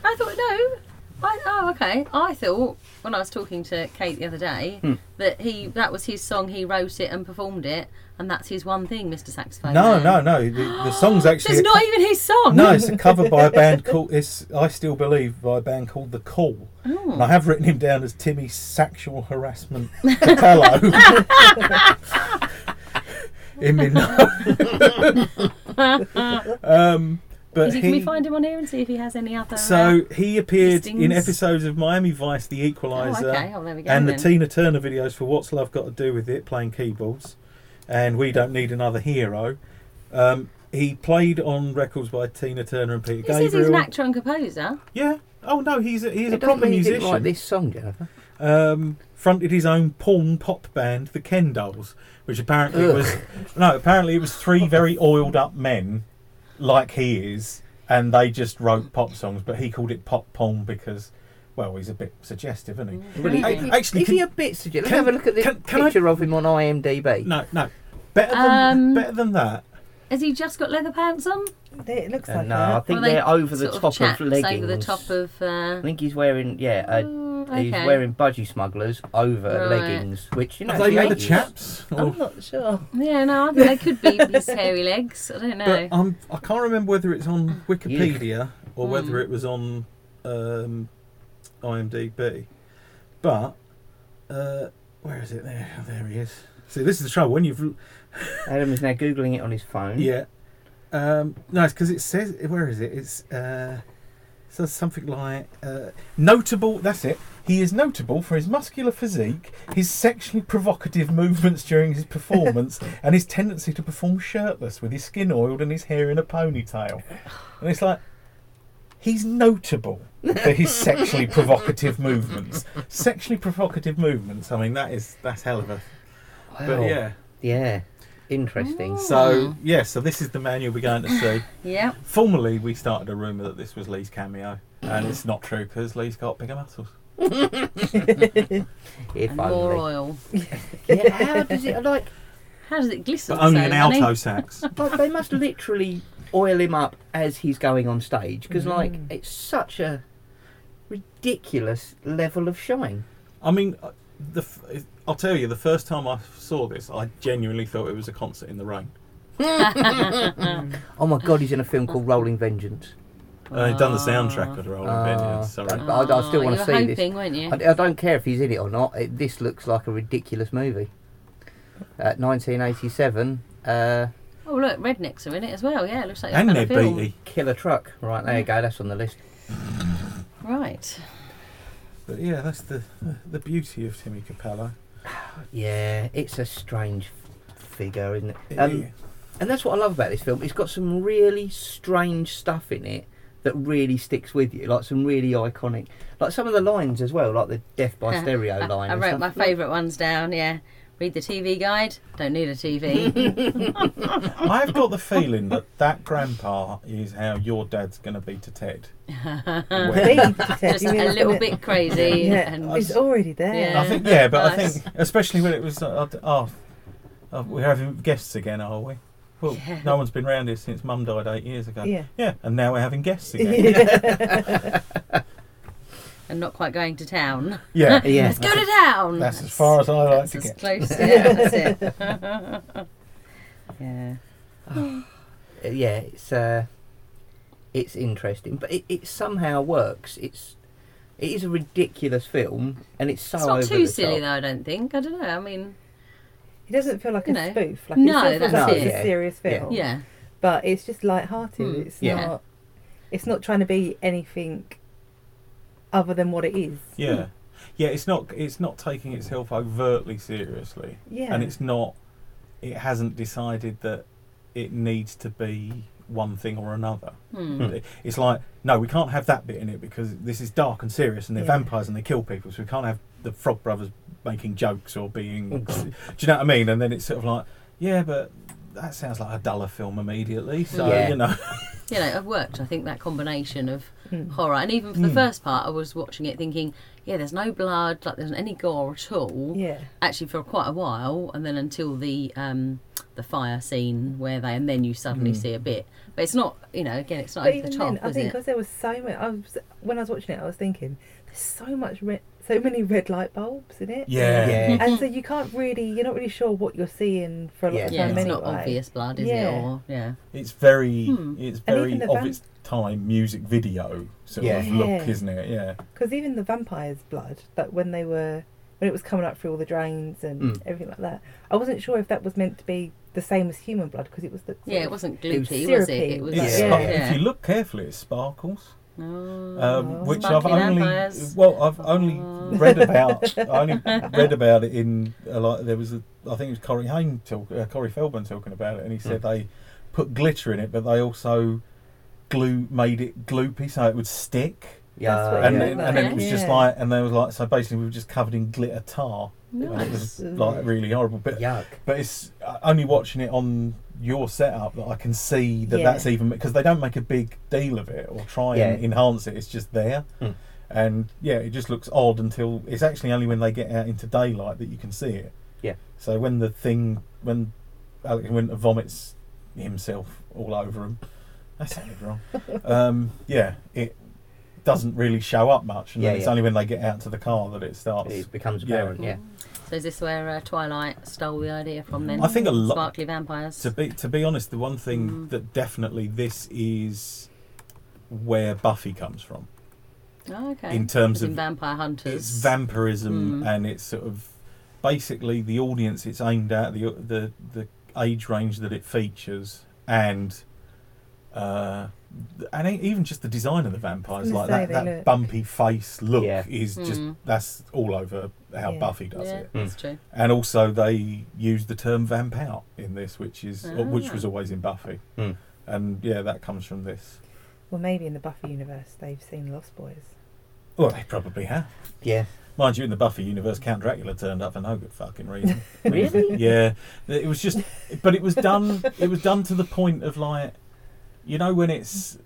Speaker 3: I thought, no. I, oh, okay. I thought when I was talking to Kate the other day
Speaker 2: Hmm.
Speaker 3: that he that was his song. He wrote it and performed it, and that's his one thing, Mr. Saxophone.
Speaker 1: No,
Speaker 3: Man.
Speaker 1: no, no. The, the song's actually
Speaker 3: It's not even his song.
Speaker 1: no. It's a cover by a band called. It's I still believe by a band called The Call.
Speaker 3: Oh.
Speaker 1: And I have written him down as Timmy Sexual Harassment Capello. In me no- um, but
Speaker 3: Is he,
Speaker 1: he,
Speaker 3: can we find him on here and see if he has any other?
Speaker 1: so he appeared in
Speaker 3: listings?
Speaker 1: episodes of Miami Vice, The
Speaker 3: uh, oh,
Speaker 1: Equalizer,
Speaker 3: okay. Oh, there we go.
Speaker 1: and the
Speaker 3: then.
Speaker 1: Tina Turner videos for What's Love Got to Do with It, playing keyboards, and We Don't Need Another Hero. Um, he played on records by Tina Turner and Peter
Speaker 3: He
Speaker 1: Gabriel.
Speaker 3: says he's an actor and composer.
Speaker 1: Yeah. Oh no, he's a, he's a
Speaker 2: It doesn't
Speaker 1: proper
Speaker 2: mean he didn't
Speaker 1: musician
Speaker 2: write this song, Jennifer.
Speaker 1: um, fronted his own porn pop band, the Ken Dolls, which apparently
Speaker 2: Ugh.
Speaker 1: was no, apparently it was three very oiled up men, like he is, and they just wrote pop songs, but he called it pop porn because, well, he's a bit suggestive, isn't he?
Speaker 3: Really?
Speaker 1: I-
Speaker 2: Is-
Speaker 1: actually,
Speaker 2: is
Speaker 1: can-
Speaker 2: he a bit suggestive? Let's
Speaker 1: can-
Speaker 2: have a look at this
Speaker 1: can- can I-
Speaker 2: picture of him on IMDb.
Speaker 1: No, no, better than
Speaker 3: Um,
Speaker 1: better than that.
Speaker 3: Has he just got leather pants on?
Speaker 4: It looks
Speaker 2: Uh,
Speaker 4: like
Speaker 2: no,
Speaker 4: that.
Speaker 2: I think
Speaker 3: Or are they
Speaker 2: they're over the
Speaker 3: sort
Speaker 2: top of,
Speaker 3: chaps
Speaker 2: leggings.
Speaker 3: Over the top of.
Speaker 2: I
Speaker 3: Uh,
Speaker 2: think he's wearing yeah, uh,
Speaker 3: mm,
Speaker 2: he's
Speaker 3: okay.
Speaker 2: wearing budgie smugglers over
Speaker 3: Right.
Speaker 2: leggings, which you know.
Speaker 1: Have they made the
Speaker 2: 80s.
Speaker 1: chaps? Or-
Speaker 3: Oh.
Speaker 4: I'm not sure.
Speaker 3: Yeah, no, I think they could be his hairy legs. I don't know.
Speaker 2: uh,
Speaker 1: But um, I can't remember whether it's on Wikipedia or whether
Speaker 3: Mm.
Speaker 1: it was on um, IMDb. But uh, where is it? There, oh, there he is. See, this is the trouble when you've
Speaker 2: Adam is now googling it on his phone.
Speaker 1: yeah. Um, no, it's because it says where is it? It's uh, it says something like uh, notable. That's it. He is notable for his muscular physique, his sexually provocative movements during his performance, and his tendency to perform shirtless with his skin oiled and his hair in a ponytail. And it's like he's notable for his sexually provocative movements. Sexually provocative movements. I mean, that is that's hell of a.
Speaker 2: Wow.
Speaker 1: But yeah.
Speaker 2: Yeah.
Speaker 3: Oh.
Speaker 2: Interesting.
Speaker 1: So yeah. So this is the man you'll be going to see.
Speaker 3: yeah.
Speaker 1: Formerly, we started a rumour that this was Lee's cameo, and it's not true because Lee's got bigger muscles.
Speaker 2: If
Speaker 3: And more
Speaker 2: only.
Speaker 3: oil.
Speaker 2: Yeah, how does it like?
Speaker 3: How does it glisten?
Speaker 1: But only
Speaker 3: so
Speaker 1: an
Speaker 3: honey?
Speaker 1: alto sax.
Speaker 2: Like they must literally oil him up as he's going on stage because like
Speaker 4: Mm.
Speaker 2: it's such a ridiculous level of shine.
Speaker 1: I mean, uh, the f- I'll tell you, the first time I saw this, I genuinely thought it was a concert in the rain.
Speaker 2: Oh my god, he's in a film called Rolling Vengeance.
Speaker 1: Uh, they'd done the soundtrack of the Rolling
Speaker 2: Ah.
Speaker 1: Vengeance. Sorry.
Speaker 2: But I- I still
Speaker 3: Oh,
Speaker 2: wanna
Speaker 3: you were
Speaker 2: see this.
Speaker 3: hoping, weren't you?
Speaker 2: I, I don't care if he's in it or not. It, this looks like a ridiculous movie. Uh, 1987, uh,
Speaker 3: Oh look, rednecks are in it as well. Yeah, it looks like
Speaker 1: And
Speaker 3: they're
Speaker 1: Ned
Speaker 3: film.
Speaker 1: Beatty.
Speaker 2: Killer Truck. Right there you go. That's on the list.
Speaker 3: Right.
Speaker 1: But yeah, that's the the beauty of Timmy Capello.
Speaker 2: Yeah, it's a strange f- figure, isn't it? Um,
Speaker 1: Yeah.
Speaker 2: And that's what I love about this film. It's got some really strange stuff in it that really sticks with you, like some really iconic, like some of the lines as well, like the "Death by Stereo"
Speaker 3: I,
Speaker 2: line.
Speaker 3: I
Speaker 2: and
Speaker 3: wrote
Speaker 2: stuff.
Speaker 3: my favourite ones down. Yeah. Read the TV guide. Don't need a TV.
Speaker 2: Uh,
Speaker 1: I've got the feeling that that grandpa is how your dad's going to be to Ted.
Speaker 4: They
Speaker 1: When-
Speaker 4: detect
Speaker 3: Just
Speaker 4: you in,
Speaker 3: a little
Speaker 4: isn't it?
Speaker 3: bit crazy.
Speaker 4: Yeah.
Speaker 3: And
Speaker 4: It's already
Speaker 1: I
Speaker 4: there.
Speaker 3: Yeah.
Speaker 1: think yeah, but I
Speaker 3: Nice.
Speaker 1: think especially when it was uh, uh, oh, uh, we're having guests again, are we? Well,
Speaker 3: Yeah.
Speaker 1: no one's been round here since Mum died eight years ago.
Speaker 4: Yeah.
Speaker 1: and now we're having guests again.
Speaker 4: Yeah.
Speaker 3: and not quite going to town.
Speaker 1: yeah,
Speaker 2: Yeah.
Speaker 3: Let's go to town.
Speaker 1: that's as far as I like
Speaker 3: That's
Speaker 1: to
Speaker 3: as
Speaker 1: get.
Speaker 3: close. Yeah, that's it. yeah.
Speaker 2: Uh, yeah, it's uh, it's interesting, but it, it somehow works. It's it is a ridiculous film, and it's so
Speaker 3: It's not
Speaker 2: over
Speaker 3: too
Speaker 2: the
Speaker 3: silly
Speaker 2: top.
Speaker 3: though. I don't think. I don't know. I mean,
Speaker 4: It doesn't feel like a
Speaker 3: You know.
Speaker 4: spoof. Like
Speaker 3: No,
Speaker 4: it still feels
Speaker 3: that's
Speaker 4: like
Speaker 3: it.
Speaker 4: it's a serious
Speaker 2: Yeah.
Speaker 4: film.
Speaker 3: yeah.
Speaker 4: But it's just light-hearted.
Speaker 3: Mm.
Speaker 4: It's
Speaker 2: Yeah.
Speaker 4: not. It's not trying to be anything other than what it is.
Speaker 1: Yeah, yeah, it's not it's not taking itself overtly seriously,
Speaker 4: Yeah.
Speaker 1: and it's not it hasn't decided that it needs to be one thing or another.
Speaker 3: Hmm.
Speaker 1: It- It's like no, we can't have that bit in it because this is dark and serious, and they're
Speaker 4: Yeah.
Speaker 1: vampires and they kill people, so we can't have the Frog Brothers making jokes or being. do you know what I mean? And then it's sort of like, yeah, but that sounds like a duller film immediately. So
Speaker 2: Yeah.
Speaker 1: you know,
Speaker 3: you know, it worked. I think that combination of
Speaker 4: Mm.
Speaker 3: horror, and even for the
Speaker 1: Mm.
Speaker 3: first part, I was watching it thinking, yeah, there's no blood, like there's not any gore at all.
Speaker 4: Yeah.
Speaker 3: Actually, for quite a while, and then until the um, the the fire scene where they, and then you suddenly
Speaker 1: Mm.
Speaker 3: see a bit. But it's not, you know, again, it's not
Speaker 4: But
Speaker 3: over
Speaker 4: even
Speaker 3: the top,
Speaker 4: then, I
Speaker 3: is
Speaker 4: think
Speaker 3: it?
Speaker 4: because there was so many. I was, when I was watching it, I was thinking there's so much, re- so many red light bulbs in it.
Speaker 1: Yeah.
Speaker 2: Yeah.
Speaker 4: And so you can't really, you're not really sure what you're seeing for a lot of
Speaker 2: Yeah,
Speaker 3: Yeah,
Speaker 4: time
Speaker 3: it's
Speaker 4: anyway.
Speaker 3: not obvious blood, is
Speaker 4: Yeah.
Speaker 3: it? Or yeah,
Speaker 1: It's very,
Speaker 3: Hmm.
Speaker 1: it's
Speaker 4: And
Speaker 1: very
Speaker 4: even the
Speaker 1: of
Speaker 4: van-
Speaker 1: its time music video sort of
Speaker 4: Yeah.
Speaker 1: look,
Speaker 4: Yeah.
Speaker 1: isn't it? Yeah.
Speaker 4: Because even the vampire's blood, that when they were, when it was coming up through all the drains and
Speaker 2: Mm.
Speaker 4: everything like that, I wasn't sure if that was meant to be the same as human blood because it was the
Speaker 3: yeah, it wasn't
Speaker 2: It was
Speaker 3: gloopy, was, it?
Speaker 4: syrupy.
Speaker 3: It was
Speaker 1: It's
Speaker 3: like,
Speaker 1: spark-
Speaker 2: Yeah.
Speaker 1: If you look carefully, it sparkles,
Speaker 3: Oh,
Speaker 1: um, which I've
Speaker 3: sparkly
Speaker 1: only
Speaker 3: vampires.
Speaker 1: well, I've only
Speaker 3: Oh.
Speaker 1: read about. I only read about it in a lot. There was, a, I think it was Corey Haim, talk, uh, Corey Feldman talking about it, and he said they put glitter in it, but they also glue made it gloopy so it would stick.
Speaker 2: Yeah,
Speaker 4: That's what
Speaker 2: Oh, yeah.
Speaker 1: And,
Speaker 4: you Yeah.
Speaker 1: then and then it was just
Speaker 4: Yeah.
Speaker 1: like, and they was like, so basically we were just covered in glitter tar. And it was
Speaker 3: Nice.
Speaker 1: like really horrible. But
Speaker 2: Yuck.
Speaker 1: but it's uh, only watching it on your setup that I can see that
Speaker 4: Yeah.
Speaker 1: that's even because they don't make a big deal of it or try and
Speaker 2: Yeah.
Speaker 1: enhance it. It's just there,
Speaker 2: Mm.
Speaker 1: and yeah, it just looks odd until it's actually only when they get out into daylight that you can see it.
Speaker 2: Yeah.
Speaker 1: So when the thing when Alex Winter vomits himself all over him, that sounded wrong. um, yeah, it doesn't really show up much, and
Speaker 2: Yeah,
Speaker 1: then it's
Speaker 2: yeah.
Speaker 1: only when they get out to the car that it starts.
Speaker 2: It becomes
Speaker 1: Yeah.
Speaker 2: apparent.
Speaker 3: Mm-hmm.
Speaker 2: Yeah.
Speaker 3: So is this where uh, Twilight stole the idea from then?
Speaker 1: I think a lot-
Speaker 3: sparkly vampires.
Speaker 1: To be to be honest, the one thing
Speaker 3: Mm.
Speaker 1: that definitely this is where Buffy comes from
Speaker 3: oh, okay.
Speaker 1: in terms
Speaker 3: As in
Speaker 1: of
Speaker 3: vampire hunters.
Speaker 1: its vampirism
Speaker 3: Mm.
Speaker 1: and it's sort of basically the audience it's aimed at the the the age range that it features and uh, and e- even just the design of the vampires
Speaker 4: I
Speaker 1: like
Speaker 4: was gonna
Speaker 1: that,
Speaker 4: say,
Speaker 1: that
Speaker 4: they look-
Speaker 1: bumpy face look
Speaker 2: Yeah.
Speaker 1: is just
Speaker 3: Mm.
Speaker 1: that's all over how
Speaker 4: Yeah.
Speaker 1: Buffy does
Speaker 3: yeah,
Speaker 1: it
Speaker 3: that's true.
Speaker 1: and also they used the term vamp out in this, which is uh,
Speaker 3: Ah.
Speaker 1: which was always in Buffy,
Speaker 2: Hmm.
Speaker 1: and yeah, that comes from this.
Speaker 4: Well, maybe in the Buffy universe they've seen Lost Boys.
Speaker 1: Well, they probably have.
Speaker 2: Yeah.
Speaker 1: Mind you, in the Buffy universe, Count Dracula turned up for no good fucking reason.
Speaker 2: Really?
Speaker 1: yeah, it was just, but it was done. It was done to the point of like, you know, when it's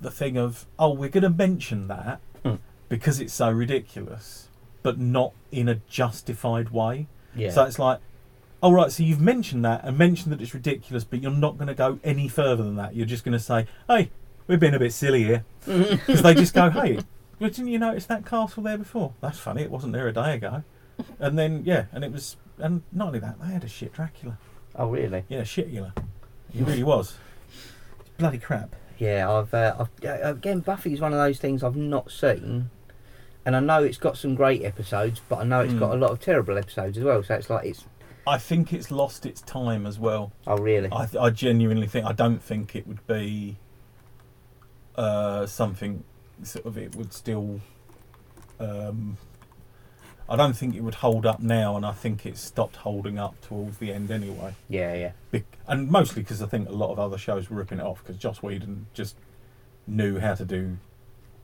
Speaker 1: the thing of oh, we're going to mention that
Speaker 2: Hmm.
Speaker 1: because it's so ridiculous, but not in a justified way.
Speaker 2: Yeah.
Speaker 1: So it's like, all right, so you've mentioned that and mentioned that it's ridiculous, but you're not going to go any further than that. You're just going to say, hey, we've been a bit silly here. Because they just go, hey, well, didn't you notice that castle there before? That's funny, it wasn't there a day ago. And then, yeah, and it was, and not only that, they had a shit Dracula.
Speaker 2: oh really?
Speaker 1: Yeah, shitula. He really was. It's bloody crap.
Speaker 2: Yeah. I've, uh, I've uh, again Buffy's one of those things I've not seen, and I know it's got some great episodes, but I know it's
Speaker 1: Mm.
Speaker 2: got a lot of terrible episodes as well. So it's like it's
Speaker 1: I think it's lost its time as well.
Speaker 2: oh really?
Speaker 1: I, th- I genuinely think I don't think it would be uh, something sort of it would still. Um, I don't think it would hold up now, and I think it stopped holding up towards the end anyway.
Speaker 2: yeah. Yeah.
Speaker 1: Be- and mostly because I think a lot of other shows were ripping it off because Joss Whedon just knew how to do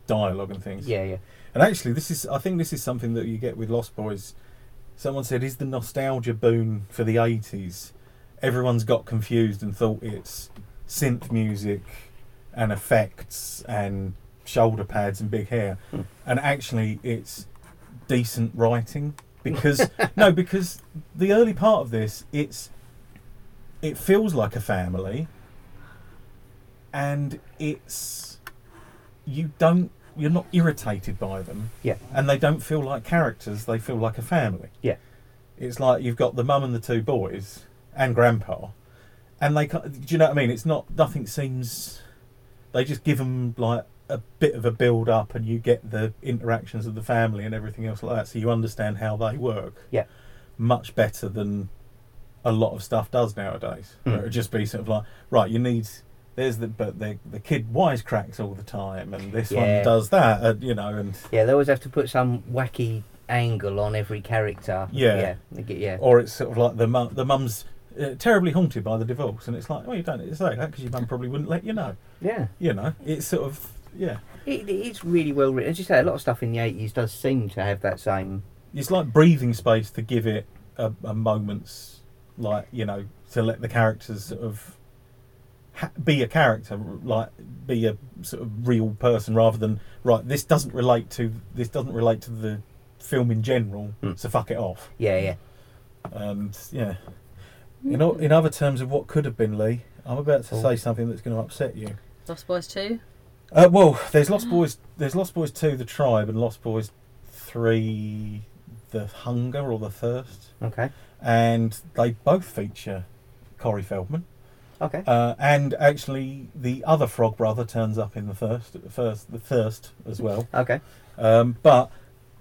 Speaker 1: dialogue and things.
Speaker 2: Yeah. Yeah.
Speaker 1: And actually, this is I think this is something that you get with Lost Boys. Someone said, "Is the nostalgia boon for the '80s?" Everyone's got confused and thought it's synth music and effects and shoulder pads and big hair,
Speaker 2: Hmm.
Speaker 1: and actually, it's decent writing because no, because the early part of this, it's it feels like a family, and it's you don't you're not irritated by them.
Speaker 2: Yeah.
Speaker 1: And they don't feel like characters, they feel like a family.
Speaker 2: Yeah.
Speaker 1: It's like you've got the mum and the two boys and grandpa and they ca- do you know what I mean? It's not nothing seems they just give them like a bit of a build up and you get the interactions of the family and everything else like that so you understand how they work.
Speaker 2: Yeah.
Speaker 1: Much better than a lot of stuff does nowadays. where
Speaker 2: Mm.
Speaker 1: It would just be sort of like right, you need there's the but the the kid wisecracks all the time and this
Speaker 2: Yeah.
Speaker 1: one does that and you know and
Speaker 2: Yeah, they always have to put some wacky angle on every character.
Speaker 1: Yeah. Oh.
Speaker 2: yeah, they get- yeah.
Speaker 1: or it's sort of like the mum, the mum's uh, terribly haunted by the divorce, and it's like, well, you don't need to say that because your mum probably wouldn't let you know.
Speaker 2: yeah.
Speaker 1: You know, it's sort of yeah,
Speaker 2: It, it's really well written. As you say, a lot of stuff in the eighties does seem to have that same.
Speaker 1: it's like breathing space to give it a, a moment's like you know to let the characters sort of ha- be a character, like be a sort of real person rather than right. This doesn't relate to this doesn't relate to the film in general,
Speaker 2: Mm.
Speaker 1: so fuck it off.
Speaker 2: Yeah, yeah,
Speaker 1: and yeah In, o- in other terms of what could have been, Lee, I'm about to
Speaker 2: Oh.
Speaker 1: say something that's going to upset you.
Speaker 3: Lost Boys 2?
Speaker 1: Uh, well, there's Lost Boys. There's Lost Boys Two, The Tribe, and Lost Boys Three, The Hunger or the Thirst,
Speaker 2: Okay.
Speaker 1: and they both feature Corey Feldman.
Speaker 2: Okay.
Speaker 1: Uh, and actually, the other Frog Brother turns up in the Thirst, first the Thirst as well.
Speaker 2: Okay.
Speaker 1: Um, but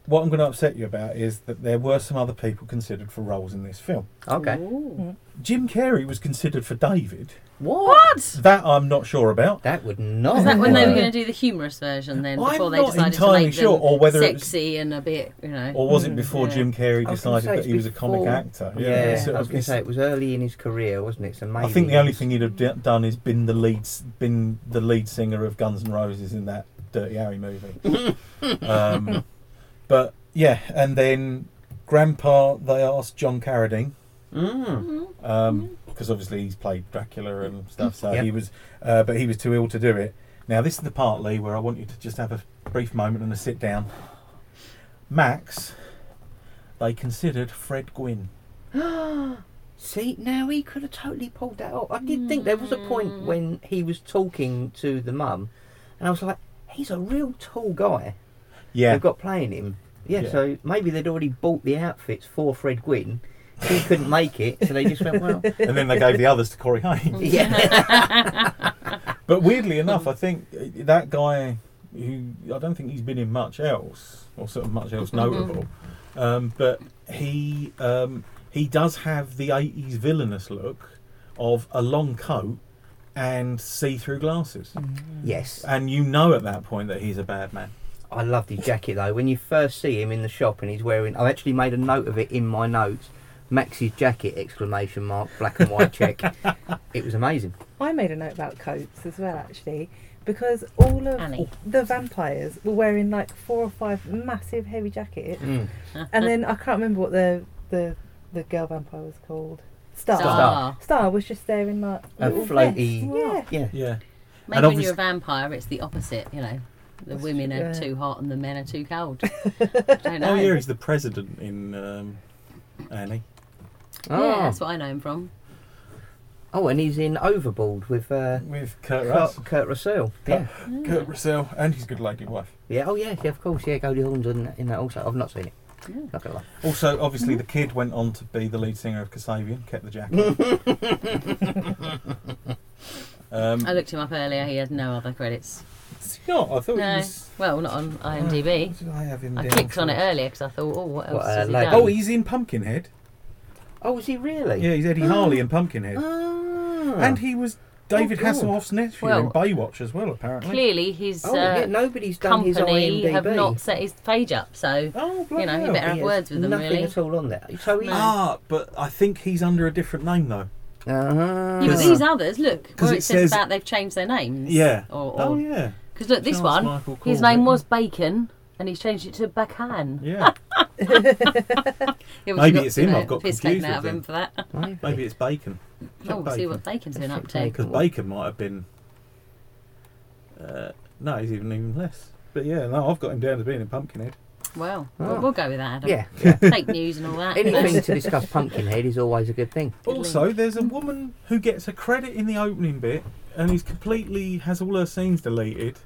Speaker 1: what I'm going to upset you about is that there were some other people considered for roles in this film.
Speaker 2: Okay. Hmm.
Speaker 3: Ooh.
Speaker 1: Jim Carrey was considered for David.
Speaker 3: What?
Speaker 1: That I'm not sure about.
Speaker 2: That would not.
Speaker 3: Is that when they were
Speaker 1: Wow.
Speaker 2: work.
Speaker 3: going to do the humorous version then?
Speaker 1: I'm
Speaker 3: Before they
Speaker 1: not
Speaker 3: decided
Speaker 1: entirely
Speaker 3: to make
Speaker 1: sure,
Speaker 3: them
Speaker 1: or whether it's-
Speaker 3: sexy and a bit, you know.
Speaker 1: Or was it
Speaker 4: Mm,
Speaker 1: before
Speaker 3: yeah.
Speaker 1: Jim Carrey
Speaker 2: I was
Speaker 1: decided
Speaker 2: gonna say
Speaker 1: that
Speaker 2: it's
Speaker 1: he was a comic
Speaker 2: before-
Speaker 1: actor?
Speaker 2: Yeah,
Speaker 1: it's sort
Speaker 2: I was
Speaker 1: of-
Speaker 2: going to say
Speaker 1: it's-
Speaker 2: it was early in his career, wasn't it? So maybe
Speaker 1: I think the only
Speaker 2: he's-
Speaker 1: thing he'd have d- done is been the lead, s- been the lead singer of Guns N' Roses in that Dirty Harry movie. um, but yeah, and then Grandpa, they asked John Carradine
Speaker 2: Mm.
Speaker 1: Um, because obviously he's played Dracula and stuff. So
Speaker 2: Yep.
Speaker 1: he was, uh, but he was too ill to do it. Now this is the part, Lee, where I want you to just have a brief moment and a sit down. Max, they considered Fred Gwynn.
Speaker 2: See, now he could have totally pulled that off. I did think there was a point
Speaker 3: Mm.
Speaker 2: when he was talking to the mum, and I was like, he's a real tall guy
Speaker 1: Yeah,
Speaker 2: they've got playing him. Yeah,
Speaker 1: Yeah.
Speaker 2: so maybe they'd already bought the outfits for Fred Gwynn. He couldn't make it, so they just went, well,
Speaker 1: and then they gave the others to Corey Haim.
Speaker 2: yeah.
Speaker 1: But weirdly enough, I think uh, that guy who I don't think he's been in much else, or sort of much else notable. Um, but he um, he does have the '80s villainous look of a long coat and see-through glasses,
Speaker 2: yes.
Speaker 1: and you know at that point that he's a bad man.
Speaker 2: I loved his jacket though. When you first see him in the shop and he's wearing, I've actually made a note of it in my notes. Max's jacket! Exclamation mark! Black and white check. it was amazing.
Speaker 4: I made a note about coats as well, actually, because all of
Speaker 3: Annie.
Speaker 4: the vampires were wearing like four or five massive heavy jackets,
Speaker 2: Mm.
Speaker 3: Uh-huh.
Speaker 4: and then I can't remember what the the the girl vampire was called. Star. Star,
Speaker 3: Star.
Speaker 4: was just there in like
Speaker 2: A
Speaker 4: little
Speaker 2: floaty-
Speaker 4: vest. Yeah.
Speaker 2: Yeah.
Speaker 1: Yeah, And
Speaker 3: Maybe when you're
Speaker 1: obvious-
Speaker 3: a vampire, it's the opposite, you know. The
Speaker 4: That's
Speaker 3: women
Speaker 4: true,
Speaker 3: are
Speaker 4: yeah.
Speaker 3: too hot and the men are too cold. I don't know.
Speaker 1: oh yeah, he's the president in um, Annie. Ah.
Speaker 3: Yeah,
Speaker 2: Oh.
Speaker 3: that's what I know him from.
Speaker 2: oh, and he's in Overboard with uh,
Speaker 1: with Kurt
Speaker 2: Kurt,
Speaker 1: Russell.
Speaker 2: Kurt Russell. Yeah.
Speaker 1: Kurt Russell and his good-lady wife.
Speaker 2: Yeah. Oh yeah. Yeah. Of course. Yeah. Goldie Hawn's in, in that also. I've not seen it. Not gonna lie.
Speaker 1: Also, obviously, the kid went on to be the lead singer of Kasabian, kept the jacket. um,
Speaker 3: I looked him up earlier. He had no other credits.
Speaker 1: it's not. I thought
Speaker 3: No.
Speaker 1: he was.
Speaker 3: Well, not on
Speaker 1: Oh,
Speaker 3: IMDb.
Speaker 1: what did I have him
Speaker 3: I
Speaker 1: down
Speaker 3: clicked on
Speaker 1: for?
Speaker 3: it earlier because I thought, oh, what else
Speaker 2: What, uh,
Speaker 3: has he
Speaker 2: like-
Speaker 3: done?
Speaker 1: Oh, he's in Pumpkinhead.
Speaker 2: Oh, is he really?
Speaker 1: Yeah, he's Eddie
Speaker 3: Oh.
Speaker 1: Harley in Pumpkinhead,
Speaker 2: Ah.
Speaker 1: and he was David
Speaker 2: Oh, God.
Speaker 1: Hasselhoff's nephew in
Speaker 3: Well-
Speaker 1: Baywatch as well, apparently.
Speaker 3: Clearly, his
Speaker 2: Oh,
Speaker 3: uh,
Speaker 2: yeah, nobody's done his
Speaker 3: company
Speaker 2: IMDb.
Speaker 3: have not set his page up, so
Speaker 1: Oh, bloody
Speaker 3: you know, he
Speaker 1: hell.
Speaker 3: better have
Speaker 2: He has
Speaker 3: words with them,
Speaker 2: nothing
Speaker 3: really.
Speaker 2: at all on there. So he's.
Speaker 3: No.
Speaker 1: Ah, but I think he's under a different name though.
Speaker 2: Ah.
Speaker 3: Yeah, but
Speaker 1: Cause-
Speaker 3: these others, look,
Speaker 1: 'cause
Speaker 3: where
Speaker 1: it
Speaker 3: it says
Speaker 1: says-
Speaker 3: about they've changed their names.
Speaker 1: Yeah.
Speaker 3: Or,
Speaker 1: Oh yeah.
Speaker 3: Because look, this
Speaker 1: Charles
Speaker 3: one,
Speaker 1: Michael
Speaker 3: his
Speaker 1: Corbett.
Speaker 3: name was Bacon, and he's changed it to Bacan.
Speaker 1: Yeah.
Speaker 3: Yeah,
Speaker 1: Maybe
Speaker 3: we've
Speaker 1: it's
Speaker 3: you
Speaker 1: him,
Speaker 3: know,
Speaker 1: I've got
Speaker 3: piss
Speaker 1: confused
Speaker 3: taken
Speaker 1: with
Speaker 3: out of him
Speaker 1: him.
Speaker 3: for that.
Speaker 2: Maybe.
Speaker 1: Maybe it's Bacon.
Speaker 3: Oh, we'll see what Bacon's been up to.
Speaker 2: Bacon.
Speaker 1: Because Bacon might have been. Uh, no, he's even even less. But yeah, no, I've got him down to being in Pumpkinhead.
Speaker 3: Well,
Speaker 2: Oh.
Speaker 3: we'll, we'll go with that. Adam.
Speaker 2: Yeah. yeah.
Speaker 3: Fake news and all that.
Speaker 2: Anything to discuss Pumpkinhead is always a good thing.
Speaker 1: Also, there's a woman who gets a credit in the opening bit and is completely has all her scenes deleted,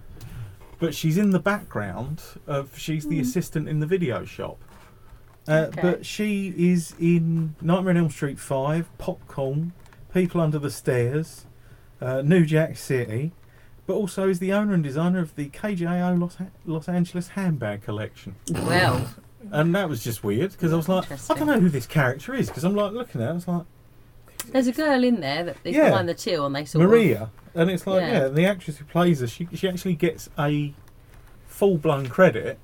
Speaker 1: but she's in the background of she's the assistant in the video shop. Uh,
Speaker 3: Hmm. Okay.
Speaker 1: But she is in Nightmare on Elm Street 5, Popcorn, People Under the Stairs, uh, New Jack City, but also is the owner and designer of the KJO Los, Los Angeles handbag collection.
Speaker 3: Well,
Speaker 1: And that was just weird because I was like, I don't
Speaker 3: Interesting.
Speaker 1: know who this character is because I'm like looking at it, I was like,
Speaker 3: there's a girl in there that is
Speaker 1: Yeah.
Speaker 3: behind the till, and they sort of.
Speaker 1: Maria, and it's like yeah.
Speaker 3: Yeah.
Speaker 1: the actress who plays her, she she actually gets a full blown credit,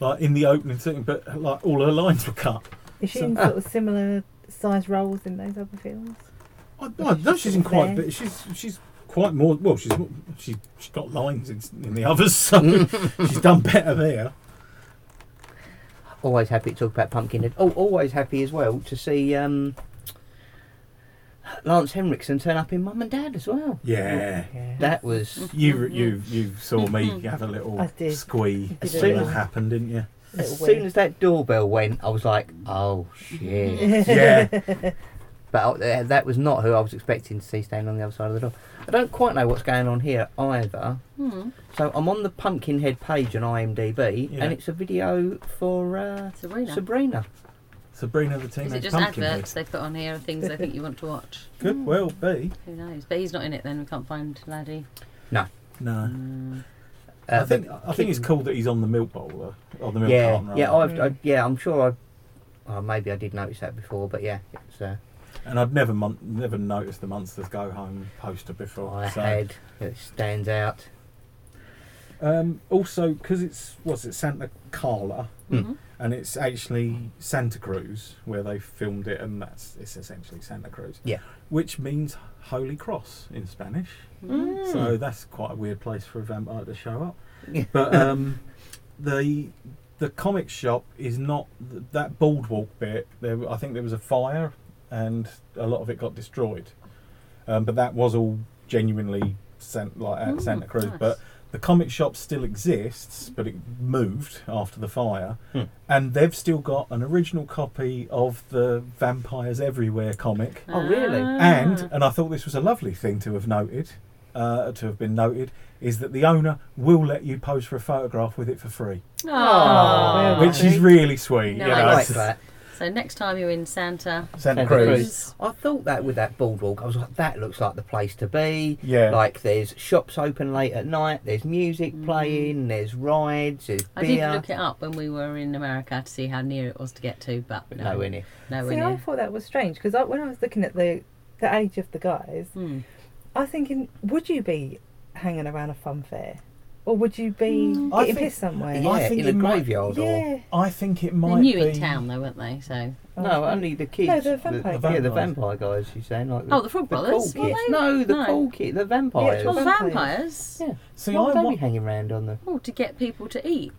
Speaker 1: like in the opening scene, but like all her lines were cut.
Speaker 4: Is she
Speaker 1: So-
Speaker 4: in sort of similar size roles in those other films?
Speaker 1: I, I know she's in quite, but she's she's quite more. Well, she's she's she's got lines in, in the others, so she's done better there.
Speaker 2: Always happy to talk about Pumpkinhead. Oh, always happy as well to see um, Lance Henriksen turn up in Mum and Dad as well.
Speaker 1: Yeah.
Speaker 4: Yeah.
Speaker 2: That was
Speaker 1: You you you saw me have a little
Speaker 4: I did.
Speaker 1: squee
Speaker 4: I
Speaker 1: as
Speaker 4: did.
Speaker 1: soon as it happened, didn't you?
Speaker 2: as
Speaker 4: Little
Speaker 2: soon
Speaker 4: wig.
Speaker 2: as that doorbell went, I was like, oh shit.
Speaker 1: Yeah.
Speaker 2: But I, that was not who I was expecting to see standing on the other side of the door. I don't quite know what's going on here either.
Speaker 3: Hmm.
Speaker 2: So I'm on the Pumpkinhead page on IMDb,
Speaker 1: Yeah.
Speaker 2: and it's a video for uh,
Speaker 3: Sabrina.
Speaker 2: Sabrina.
Speaker 1: Sabrina the Teenage
Speaker 3: Is it just
Speaker 1: Pumpkin.
Speaker 3: adverts they've put on here of things they think you want to watch?
Speaker 1: Could well be.
Speaker 3: Who knows? But he's not in it then, we can't find Laddie. Mm. Hmm.
Speaker 1: No.
Speaker 2: Uh,
Speaker 1: I think
Speaker 2: but
Speaker 1: I think it's
Speaker 2: Kitten-
Speaker 1: cool that he's on the milk bowl though, or the milk
Speaker 2: yeah,
Speaker 1: carton.
Speaker 2: yeah,
Speaker 1: rather.
Speaker 2: I've, I, yeah. I'm sure I, oh, maybe I did notice that before, but yeah, it's. Uh,
Speaker 1: and I'd never mon- never noticed the monsters go home poster before.
Speaker 2: I
Speaker 1: so.
Speaker 2: had it stands out.
Speaker 1: Um, also, because it's what's it Santa Carla,
Speaker 2: Hmm.
Speaker 3: Mhm.
Speaker 1: and it's actually Santa Cruz where they filmed it, and that's it's essentially Santa Cruz.
Speaker 2: Yeah.
Speaker 1: which means Holy Cross in Spanish.
Speaker 3: Mhm.
Speaker 2: Hmm.
Speaker 1: So that's quite a weird place for a vampire to show up.
Speaker 2: Yeah.
Speaker 1: But um, the the comic shop is not th- that boardwalk bit. There, I think there was a fire, and a lot of it got destroyed. Um, but that was all genuinely sent like at
Speaker 3: Mm,
Speaker 1: Uh, Santa Cruz.
Speaker 3: nice.
Speaker 1: But the comic shop still exists, but it moved after the fire,
Speaker 2: Hmm.
Speaker 1: and they've still got an original copy of the Vampires Everywhere comic.
Speaker 2: Oh, really?
Speaker 3: Ah.
Speaker 1: And and I thought this was a lovely thing to have noted, uh, to have been noted, is that the owner will let you pose for a photograph with it for free,
Speaker 3: Oh.
Speaker 4: Oh,
Speaker 1: which is
Speaker 4: Nice.
Speaker 1: really sweet.
Speaker 3: No,
Speaker 1: you know,
Speaker 2: I
Speaker 3: Nice.
Speaker 2: like
Speaker 1: it's-
Speaker 2: that.
Speaker 3: So next time you're in Santa
Speaker 1: Santa
Speaker 2: Santa
Speaker 1: Cruz.
Speaker 3: Cruz.
Speaker 2: I thought that with that boardwalk, I was like, that looks like the place to be.
Speaker 1: Yeah.
Speaker 2: Like there's shops open late at night, there's music
Speaker 3: Mm.
Speaker 2: playing, there's rides, there's
Speaker 3: I did
Speaker 2: beer.
Speaker 3: look it up when we were in America to see how near it was to get to, but
Speaker 2: but
Speaker 3: no,
Speaker 2: nowhere near.
Speaker 3: nowhere
Speaker 4: See, I
Speaker 3: near.
Speaker 4: thought that was strange because I, when I was looking at the the age of the guys,
Speaker 3: Hmm.
Speaker 4: I was thinking, would you be hanging around a fun fair, or would you be
Speaker 3: Mm.
Speaker 1: I
Speaker 4: getting
Speaker 1: think-
Speaker 4: pissed somewhere?
Speaker 2: Yeah,
Speaker 1: think
Speaker 2: in a
Speaker 1: it might-
Speaker 2: graveyard or
Speaker 4: Yeah.
Speaker 1: I think it
Speaker 3: They're
Speaker 1: might
Speaker 3: new
Speaker 1: be
Speaker 3: in town though, weren't they? So
Speaker 1: Oh,
Speaker 2: no, only the kids.
Speaker 4: No, the vampire
Speaker 2: yeah, the
Speaker 1: guys.
Speaker 2: vampire guys. You're saying like
Speaker 3: Oh, the Frog Brothers,
Speaker 2: cool
Speaker 3: were
Speaker 2: kids.
Speaker 3: they?
Speaker 2: No, the
Speaker 3: No.
Speaker 2: cool kid, the
Speaker 4: Yeah,
Speaker 2: vampires.
Speaker 4: sure.
Speaker 3: oh, vampires.
Speaker 2: Yeah.
Speaker 1: See,
Speaker 2: Why
Speaker 1: I,
Speaker 2: would they
Speaker 1: wa-
Speaker 2: be hanging around on the?
Speaker 3: Oh, to get people to eat.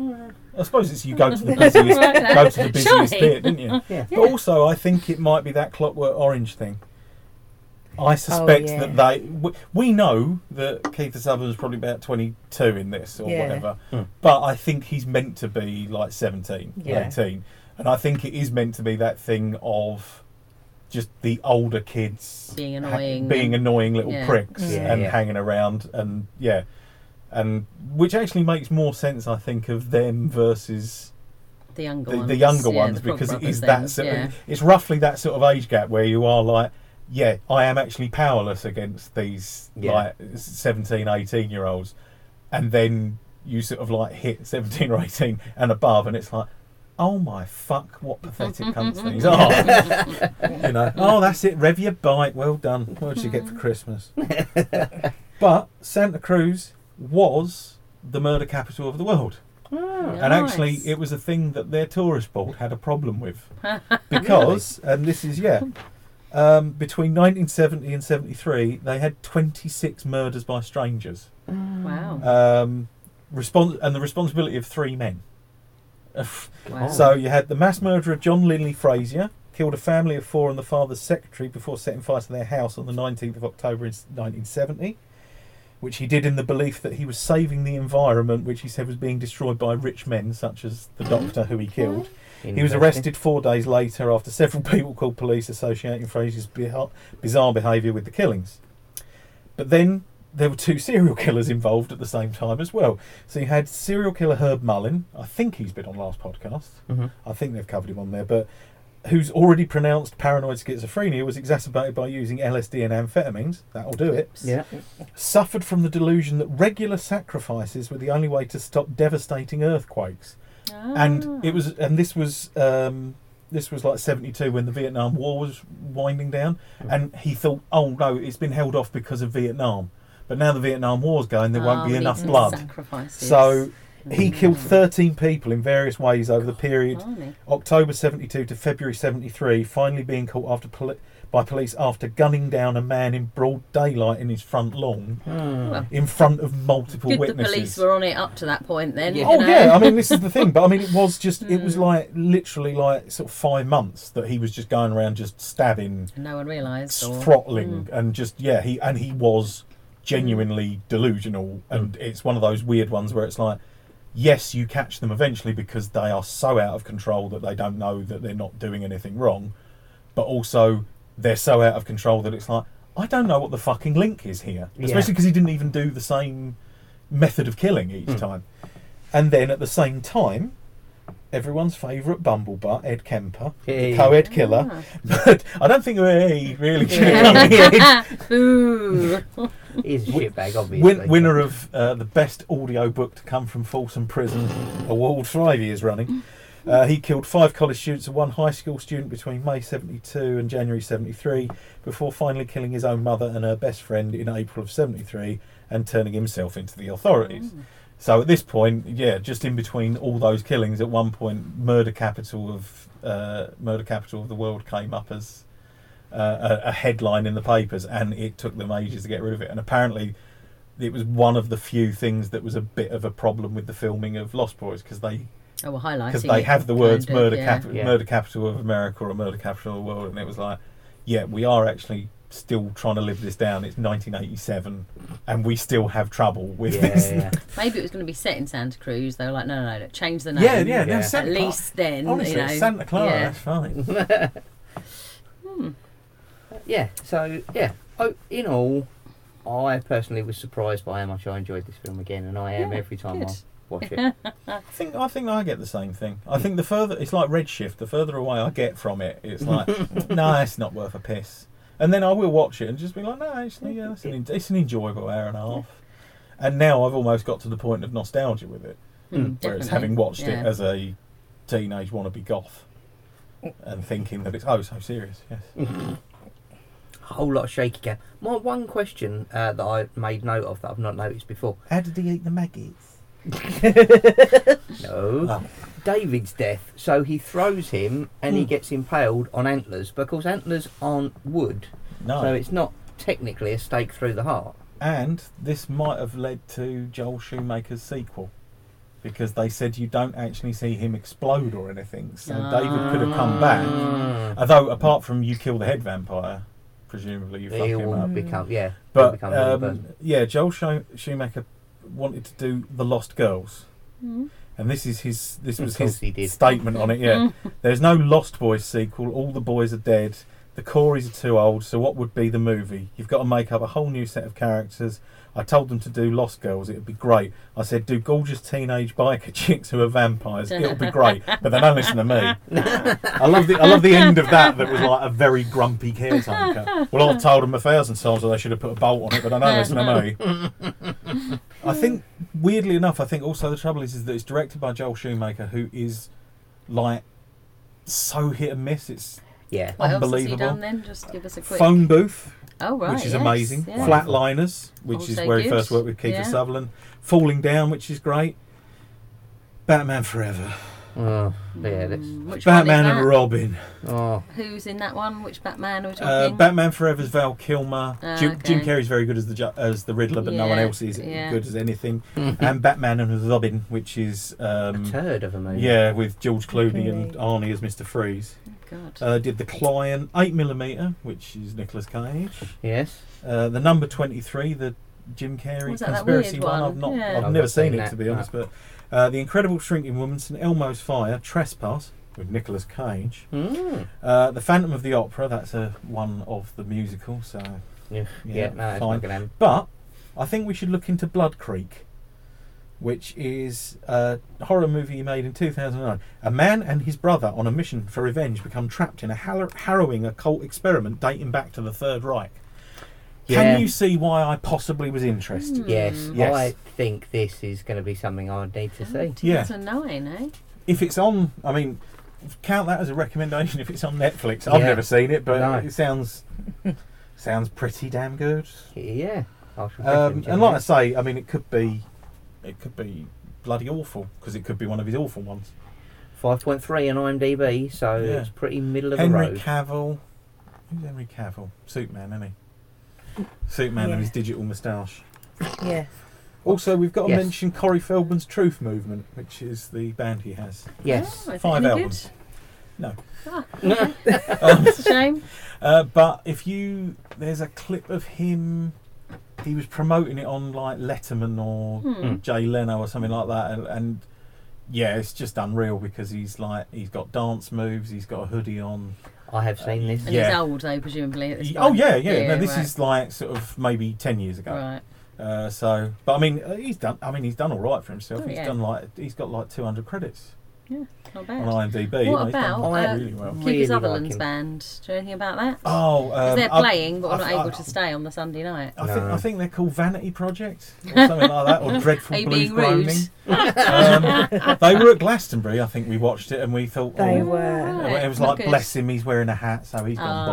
Speaker 1: I suppose it's you go to the busiest, go to the busiest
Speaker 3: Surely.
Speaker 1: bit, didn't you?
Speaker 2: Yeah.
Speaker 1: But also, I think it might be that Clockwork Orange thing. I suspect
Speaker 4: Oh, yeah.
Speaker 1: that they. We, we know that Keith Sutherland's probably about 22 in this or
Speaker 4: Yeah.
Speaker 1: whatever,
Speaker 2: Hmm.
Speaker 1: but I think he's meant to be like 17,
Speaker 4: Yeah.
Speaker 1: 18. And I think it is meant to be that thing of just the older kids
Speaker 3: Being annoying
Speaker 1: being
Speaker 3: and-
Speaker 1: annoying little
Speaker 3: Yeah.
Speaker 1: pricks
Speaker 2: Yeah,
Speaker 1: and
Speaker 2: yeah.
Speaker 1: hanging around and yeah. And which actually makes more sense, I think, of them versus
Speaker 3: The younger
Speaker 1: the,
Speaker 3: ones.
Speaker 1: the younger
Speaker 3: yeah,
Speaker 1: ones
Speaker 3: the Frog
Speaker 1: because it
Speaker 3: Brothers
Speaker 1: is that
Speaker 3: then,
Speaker 1: sort
Speaker 3: yeah.
Speaker 1: of, it's roughly that sort of age gap where you are like yeah i am actually powerless against these
Speaker 2: Yeah.
Speaker 1: like 17 18 year olds and then you sort of like hit 17 or 18 and above and it's like oh my fuck what pathetic cunts these are you know oh that's it rev your bike well done what did you
Speaker 3: Mm.
Speaker 1: get for christmas but santa cruz was the murder capital of the world
Speaker 3: Yeah.
Speaker 1: and actually,
Speaker 3: Nice.
Speaker 1: it was a thing that their tourist board had a problem with because, and this is yeah, um, between 1970 and 73, they had 26 murders by strangers,
Speaker 3: wow.
Speaker 1: um, respons- and the responsibility of three men.
Speaker 3: wow.
Speaker 2: Oh,
Speaker 1: So you had the mass murderer John Linley Frazier killed a family of four and the father's secretary before setting fire to their house on the 19th of October in 1970, which he did in the belief that he was saving the environment, which he said was being destroyed by rich men such as the doctor who he killed. He was
Speaker 2: Interesting.
Speaker 1: arrested four days later after several people called police associating Frazier's biha- bizarre behaviour with the killings. But then there were two serial killers involved at the same time as well. So you had serial killer Herb Mullin, I think he's been on last podcast,
Speaker 2: Mhm.
Speaker 1: I think they've covered him on there, but who's already pronounced paranoid schizophrenia was exacerbated by using LSD and amphetamines. That'll do it.
Speaker 2: Yeah.
Speaker 1: Suffered from the delusion that regular sacrifices were the only way to stop devastating earthquakes
Speaker 3: Ah.
Speaker 1: and it was and this was um, this was like 72 when the vietnam war was winding down
Speaker 3: Hmm.
Speaker 1: and he thought oh no it's been held off because of vietnam but now the vietnam war's going there
Speaker 3: Ah,
Speaker 1: won't
Speaker 3: we
Speaker 1: be
Speaker 3: need
Speaker 1: enough
Speaker 3: some
Speaker 1: blood
Speaker 3: sacrifices.
Speaker 1: so he
Speaker 3: Mm.
Speaker 1: killed 13 people in various ways over the period
Speaker 3: Blimey.
Speaker 1: october 72 to february 73 finally being caught after poli- by police after gunning down a man in broad daylight in his front lawn
Speaker 2: Hmm.
Speaker 1: in front of multiple
Speaker 3: Good
Speaker 1: witnesses
Speaker 3: the police were on it up to that point then.
Speaker 2: Yeah.
Speaker 3: you
Speaker 1: Oh
Speaker 3: know?
Speaker 1: yeah, I mean this is the thing, but I mean it was just it
Speaker 3: Hmm.
Speaker 1: was like literally like sort of five months that he was just going around just stabbing,
Speaker 3: No one realised. Or...
Speaker 1: throttling,
Speaker 2: Hmm.
Speaker 1: and just yeah he and he was genuinely delusional, and
Speaker 2: Hmm.
Speaker 1: it's one of those weird ones where it's like yes you catch them eventually because they are so out of control that they don't know that they're not doing anything wrong, but also they're so out of control that it's like I don't know what the fucking link is here,
Speaker 2: Yeah.
Speaker 1: especially because he didn't even do the same method of killing each
Speaker 2: Hmm.
Speaker 1: time. And then at the same time, everyone's favourite bumblebutt, Ed Kemper,
Speaker 2: Hey. Ah.
Speaker 1: the co-ed killer, but I don't think he really should have come here.
Speaker 3: Ah. Boo.
Speaker 2: He's a
Speaker 1: Win-
Speaker 2: shitbag, obviously.
Speaker 1: Win- winner of uh, the best audio book to come from Fulton Prison award five years running. Uh, he killed five college students and one high school student between May 72 and January 73 before finally killing his own mother and her best friend in April of 73 and turning himself into the authorities. So at this point, yeah, just in between all those killings, at one point, murder capital of uh, murder capital of the world came up as uh, a, a headline in the papers, and it took them ages to get rid of it. And apparently, it was one of the few things that was a bit of a problem with the filming of Lost Boys because they
Speaker 3: Oh, we're highlighting.
Speaker 1: because they
Speaker 3: it,
Speaker 1: have the words
Speaker 3: kind of,
Speaker 1: murder
Speaker 3: yeah.
Speaker 1: capital,
Speaker 2: Yeah.
Speaker 1: murder capital of America or murder capital of the world, and it was like, yeah, we are actually still trying to live this down. It's 1987, and we still have trouble with
Speaker 2: Yeah,
Speaker 1: this.
Speaker 2: yeah.
Speaker 3: Maybe it was going to be set in Santa Cruz. They were like, no, no, no, look, change the name.
Speaker 1: Yeah, yeah, no,
Speaker 2: Yeah.
Speaker 1: Santa
Speaker 3: At
Speaker 1: Cla-
Speaker 3: least then,
Speaker 1: honestly,
Speaker 3: you know.
Speaker 1: it's Santa Clara. Hmm, That's fine.
Speaker 3: Yeah.
Speaker 2: yeah, so yeah. Oh, in all, I personally was surprised by how much I enjoyed this film again, and I am
Speaker 3: Yeah,
Speaker 2: every time
Speaker 3: good.
Speaker 2: I watch it.
Speaker 1: I think I think I get the same thing. I
Speaker 3: Mm.
Speaker 1: think the further it's like redshift, the further away I get from it, it's like, nah, it's not worth a piss. And then I will watch it and just be like, no, actually, yeah, it's an, en- it's an enjoyable hour and a half. And now I've almost got to the point of nostalgia with it.
Speaker 3: Hmm,
Speaker 1: Whereas
Speaker 3: definitely.
Speaker 1: having watched
Speaker 3: Yeah.
Speaker 1: it as a teenage wannabe goth and thinking that it's oh so serious, yes.
Speaker 3: Mm-hmm.
Speaker 2: A whole lot of shaky cam. My one question uh, that I made note of that I've not noticed before.
Speaker 1: How did he eat the maggots?
Speaker 2: No. Uh,
Speaker 1: Ah,
Speaker 2: David's death. So he throws him and he
Speaker 1: Hmm.
Speaker 2: gets impaled on antlers because antlers aren't wood.
Speaker 1: No.
Speaker 2: So it's not technically a stake through the heart.
Speaker 1: and this might have led to Joel Shoemaker's sequel. Because they said you don't actually see him explode or anything. So David could have come back.
Speaker 2: Mm.
Speaker 1: Although apart from you kill the head vampire, presumably you fuck
Speaker 2: He
Speaker 1: him
Speaker 2: will
Speaker 1: up.
Speaker 2: become, yeah. he'll
Speaker 1: But
Speaker 2: become a little
Speaker 1: um,
Speaker 2: person.
Speaker 1: yeah, Joel Scho- Schumacher wanted to do The Lost Girls.
Speaker 3: Hmm.
Speaker 1: And this is his. This
Speaker 2: Of
Speaker 1: was
Speaker 2: course
Speaker 1: his
Speaker 2: he did.
Speaker 1: statement on it. Yeah, there's no Lost Boys sequel. All the boys are dead. The Coreys are too old. So what would be the movie? You've got to make up a whole new set of characters. I told them to do Lost Girls. It'd be great. I said do gorgeous teenage biker chicks who are vampires. It'll be great. But they don't listen to me. I love the I love the end of that. That was like a very grumpy caretaker. Well, I've told them a thousand times that they should have put a bolt on it, but they don't listen to me.
Speaker 3: Uh-huh.
Speaker 1: I think, weirdly enough, I think also the trouble is, is that it's directed by Joel Schumacher, who is like so hit and miss. It's
Speaker 2: yeah.
Speaker 3: What else has he
Speaker 1: Unbelievable.
Speaker 3: done then? Just give us a quick.
Speaker 1: Phone Booth,
Speaker 3: oh, right.
Speaker 1: which is
Speaker 3: yes,
Speaker 1: amazing.
Speaker 3: yeah.
Speaker 1: Flatliners, which is
Speaker 3: Also
Speaker 1: where he
Speaker 3: good,
Speaker 1: first worked with Kiefer
Speaker 3: yeah.
Speaker 1: Sutherland. Falling Down, which is great. Batman Forever,
Speaker 2: Oh, yeah. That's,
Speaker 3: Hmm, Which
Speaker 1: Batman
Speaker 3: one is
Speaker 1: and Robin,
Speaker 2: oh,
Speaker 3: that? Who's in that one? Which Batman are we
Speaker 1: uh,
Speaker 3: talking?
Speaker 1: Batman Forever's Val Kilmer.
Speaker 3: Ah,
Speaker 1: Jim, Jim
Speaker 3: okay.
Speaker 1: Carrey's very good as the Ju- as the Riddler, but no one
Speaker 3: Yeah,
Speaker 1: else is
Speaker 3: yeah.
Speaker 1: good as anything.
Speaker 2: Hmm.
Speaker 1: and Batman and Robin, which is
Speaker 2: a
Speaker 1: um,
Speaker 2: turd of a movie.
Speaker 1: Yeah, with George Clooney and
Speaker 4: Clooney.
Speaker 1: Arnie as Mr. Freeze.
Speaker 3: God.
Speaker 1: Uh, did The Client, 8mm, which is Nicolas Cage.
Speaker 2: Yes.
Speaker 1: Uh, the Number 23, the Jim Carrey
Speaker 3: Was that that
Speaker 1: conspiracy
Speaker 3: weird
Speaker 1: one.
Speaker 3: one?
Speaker 1: I've, not,
Speaker 3: Yeah.
Speaker 1: I've
Speaker 2: I've
Speaker 1: never
Speaker 2: not
Speaker 1: seen
Speaker 2: seen
Speaker 1: it,
Speaker 2: that,
Speaker 1: to be honest. But uh, The Incredible Shrinking Woman, St. Elmo's Fire, Trespass with Nicolas Cage.
Speaker 2: Mm.
Speaker 1: Uh, the Phantom of the Opera, that's a one of the musical, so.
Speaker 2: Yeah.
Speaker 1: Yeah,
Speaker 2: Yeah. no, it's
Speaker 1: fine.
Speaker 2: not gonna happen.
Speaker 1: But I think we should look into Blood Creek, which is a horror movie he made in 2009. A man and his brother on a mission for revenge become trapped in a har- harrowing occult experiment dating back to the Third Reich.
Speaker 2: Yeah. Hmm.
Speaker 1: Can you see why I possibly was interested?
Speaker 2: Yes,
Speaker 1: Yes.
Speaker 2: I think this is going to be something I would need to
Speaker 3: Oh,
Speaker 2: see.
Speaker 1: Yeah.
Speaker 3: 2009, eh?
Speaker 1: If it's on, I mean, count that as a recommendation if it's on Netflix. I've
Speaker 2: Yeah.
Speaker 1: never seen it, but
Speaker 2: No.
Speaker 1: it sounds sounds pretty damn good.
Speaker 2: Yeah, I shall
Speaker 1: Um,
Speaker 2: definitely
Speaker 1: and like I
Speaker 2: check
Speaker 1: say, I mean, it could be, it could be bloody awful because it could be one of his awful ones.
Speaker 2: it out. 5.3 on IMDb, so
Speaker 1: Yeah.
Speaker 2: it's pretty middle of the
Speaker 1: Henry
Speaker 2: road.
Speaker 1: Cavill. Who's Henry Cavill? Superman, isn't he? Superman
Speaker 4: Yeah.
Speaker 1: and his digital moustache.
Speaker 4: yeah.
Speaker 1: Also, we've got to
Speaker 2: Yes.
Speaker 1: mention Corey Feldman's Truth Movement, which is the band he has.
Speaker 2: yes,
Speaker 3: Oh, is it
Speaker 1: Five
Speaker 3: any good?
Speaker 1: albums. No.
Speaker 3: Ah,
Speaker 1: Um,
Speaker 3: that's a shame.
Speaker 1: uh, but if you. There's a clip of him. He was promoting it on like Letterman or
Speaker 3: Hmm.
Speaker 1: Jay Leno or something like that, and, and yeah, it's just unreal because he's like he's got dance moves, he's got a hoodie on,
Speaker 2: I have seen this.
Speaker 3: And
Speaker 1: Yeah.
Speaker 3: he's old though, presumably. At this
Speaker 1: Oh
Speaker 3: point.
Speaker 1: yeah, yeah. no, this
Speaker 3: right.
Speaker 1: is like sort of maybe ten years ago.
Speaker 3: right.
Speaker 1: Uh, so, but I mean, uh, he's done. I mean, he's done all right for himself.
Speaker 3: Oh,
Speaker 1: he's
Speaker 3: yeah.
Speaker 1: done like he's got like 200 credits
Speaker 3: Not
Speaker 1: on
Speaker 3: bad.
Speaker 1: IMDb.
Speaker 3: What
Speaker 1: and he's done
Speaker 3: about, uh,
Speaker 1: really well.
Speaker 3: Keith
Speaker 2: Really
Speaker 3: Sutherland's
Speaker 2: like him.
Speaker 3: band. Do you know anything about that?
Speaker 1: Oh,
Speaker 3: 'Cause
Speaker 1: um,
Speaker 3: they're
Speaker 1: I-
Speaker 3: playing, but we're not
Speaker 1: I-
Speaker 3: able
Speaker 1: I-
Speaker 3: to stay on the Sunday night.
Speaker 1: I, think,
Speaker 2: No.
Speaker 1: I think they're called Vanity Project or something like that, or Dreadful
Speaker 3: Are you
Speaker 1: Blues
Speaker 3: being rude?
Speaker 1: Groaning. um, they were at Glastonbury, I think we watched it, and we thought,
Speaker 4: They
Speaker 1: oh,
Speaker 4: were.
Speaker 1: it was
Speaker 3: Not
Speaker 1: like,
Speaker 3: good.
Speaker 1: bless him, he's wearing a hat, so he's gone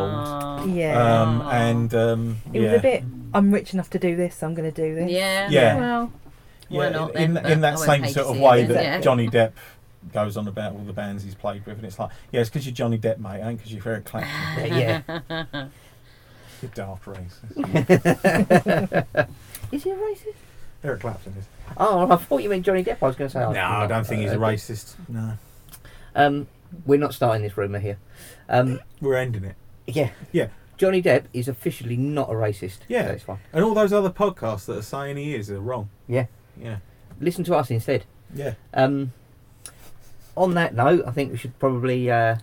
Speaker 1: bald.
Speaker 3: Ah.
Speaker 4: Yeah.
Speaker 1: Um, and um,
Speaker 4: it
Speaker 1: yeah,
Speaker 4: was a bit. I'm rich enough to do this, so I'm going to do this.
Speaker 3: Yeah.
Speaker 1: Yeah.
Speaker 3: Well,
Speaker 1: yeah,
Speaker 3: why not
Speaker 1: in,
Speaker 3: then,
Speaker 1: in
Speaker 3: but
Speaker 1: that
Speaker 3: I won't
Speaker 1: same
Speaker 3: pay to
Speaker 1: sort of
Speaker 3: see
Speaker 1: way
Speaker 3: it,
Speaker 1: that
Speaker 3: yeah.
Speaker 1: Johnny Depp goes on about all the bands he's played with, and it's like, yeah, it's because you're Johnny Depp, mate, ain't because you're very classy.
Speaker 2: yeah.
Speaker 1: Oh, You're daft racist.
Speaker 2: Is he a racist?
Speaker 1: Eric Clapton is.
Speaker 2: Oh, I thought you meant Johnny Depp. I was going to say. oh,
Speaker 1: No, I don't think he's a
Speaker 2: okay.
Speaker 1: racist. No,
Speaker 2: Um, we're not starting this rumour here. Um,
Speaker 1: we're ending it.
Speaker 2: yeah.
Speaker 1: Yeah.
Speaker 2: Johnny Depp is officially not a racist.
Speaker 1: Yeah.
Speaker 2: That's fine.
Speaker 1: And all those other podcasts that are saying he is are wrong.
Speaker 2: Yeah.
Speaker 1: Yeah.
Speaker 2: Listen to us instead.
Speaker 1: Yeah.
Speaker 2: Um, on that note, I think we should probably uh,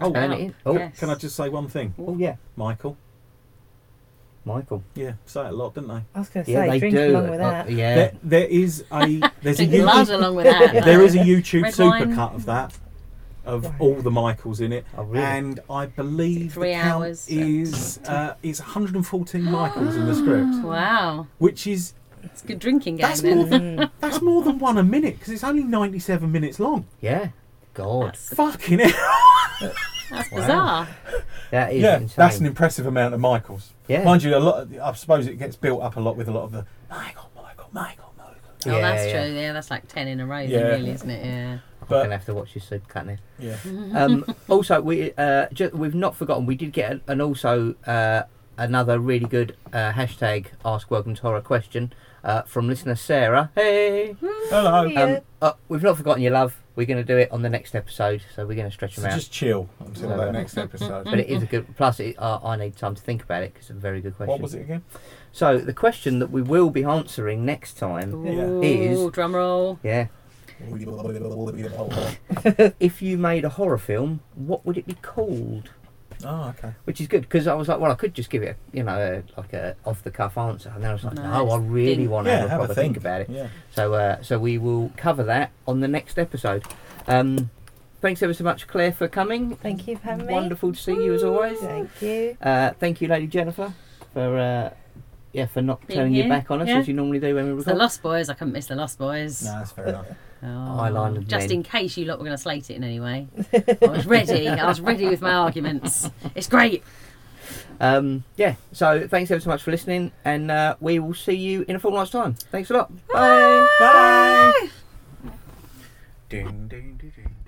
Speaker 1: Oh,
Speaker 2: turn
Speaker 3: wow.
Speaker 2: it in. Oh,
Speaker 3: Yes.
Speaker 1: Can I just say one thing,
Speaker 2: oh yeah,
Speaker 1: Michael?
Speaker 2: Michael.
Speaker 1: Yeah, say it a lot, didn't they?
Speaker 4: I was going to
Speaker 2: Yeah,
Speaker 4: say,
Speaker 2: they
Speaker 4: drink
Speaker 2: do.
Speaker 4: along with
Speaker 2: Uh,
Speaker 4: that.
Speaker 2: yeah.
Speaker 1: There, there is a there's a
Speaker 3: Drink blood
Speaker 1: YouTube,
Speaker 3: along with that.
Speaker 1: there is a YouTube
Speaker 3: uh, Red wine.
Speaker 1: supercut of that of
Speaker 4: Right.
Speaker 1: all the Michaels in it,
Speaker 2: Oh, really?
Speaker 1: and I believe
Speaker 3: Three
Speaker 1: the count
Speaker 3: hours.
Speaker 1: is uh, it's 114 Michaels in the script,
Speaker 3: Wow.
Speaker 1: which is
Speaker 3: It's a good drinking game
Speaker 1: That's
Speaker 3: then.
Speaker 1: more-
Speaker 4: Mm.
Speaker 1: that's more than one a minute because it's only 97 minutes long.
Speaker 2: Yeah. God,
Speaker 1: Fucking hell!
Speaker 3: That's bizarre.
Speaker 2: that is
Speaker 1: yeah,
Speaker 2: insane.
Speaker 1: that's an impressive amount of Michaels.
Speaker 2: yeah.
Speaker 1: Mind you, a lot. Of, I suppose it gets built up a lot with a lot of the Michael, Michael, Michael, Michael.
Speaker 3: Oh,
Speaker 2: Yeah,
Speaker 3: that's
Speaker 2: yeah.
Speaker 3: true. Yeah, that's like 10 in a row,
Speaker 1: Yeah.
Speaker 3: then, really, isn't it? Yeah.
Speaker 2: I'm
Speaker 1: But-
Speaker 2: gonna have to watch this soup cut now.
Speaker 1: Yeah.
Speaker 2: Um, also, we uh, ju- we've not forgotten. We did get an, and also uh, another really good uh, hashtag Ask Welcome to Horror question uh, from listener Sarah. Hey,
Speaker 1: Hello.
Speaker 4: Yeah.
Speaker 2: um, uh, we've not forgotten your love. We're going to do it on the next episode, so we're going to stretch
Speaker 1: So
Speaker 2: them out.
Speaker 1: just chill until
Speaker 2: No.
Speaker 1: that next episode.
Speaker 2: But it is a
Speaker 4: Mm-hmm.
Speaker 2: good. Plus, it, uh, I need time to think about it because it's a very good question.
Speaker 1: What was it again?
Speaker 2: So the question that we will be answering next time.
Speaker 3: Ooh,
Speaker 2: Is-
Speaker 3: drum roll.
Speaker 2: Yeah.
Speaker 1: oh,
Speaker 2: If you made a horror film, what would it be called?
Speaker 1: okay.
Speaker 2: which is good because I was like, well, I could just give it, a, you know, a, like a off the cuff answer, and then I was like,
Speaker 3: No,
Speaker 2: no, I
Speaker 3: it's
Speaker 2: really
Speaker 3: think-
Speaker 2: want to
Speaker 1: Yeah,
Speaker 2: have a
Speaker 1: have a
Speaker 2: proper think
Speaker 1: think.
Speaker 2: about it.
Speaker 1: Yeah.
Speaker 2: So, uh, so we will cover that on the next episode. Um, thanks ever so much, Claire, for coming.
Speaker 4: Thank you for having me.
Speaker 2: Wonderful to see you as always.
Speaker 4: Thank you.
Speaker 2: Uh, thank you, Lady Jennifer, for uh, yeah, for not
Speaker 3: Being
Speaker 2: turning your
Speaker 3: here,
Speaker 2: back on us
Speaker 3: yeah.
Speaker 2: as you normally do when we
Speaker 3: It's the
Speaker 2: record.
Speaker 3: Lost Boys. I couldn't miss the Lost Boys.
Speaker 1: No, that's fair enough.
Speaker 3: Oh.
Speaker 2: Eyeliner
Speaker 3: Just
Speaker 2: men.
Speaker 3: in case you lot were going to slate it in any way. I was ready. I was ready with my arguments. It's great.
Speaker 2: Um, yeah. So, thanks ever so much for listening, and uh, we will see you in a fortnight's time. Thanks a lot. Bye.
Speaker 1: Bye. Ding, ding, ding, ding.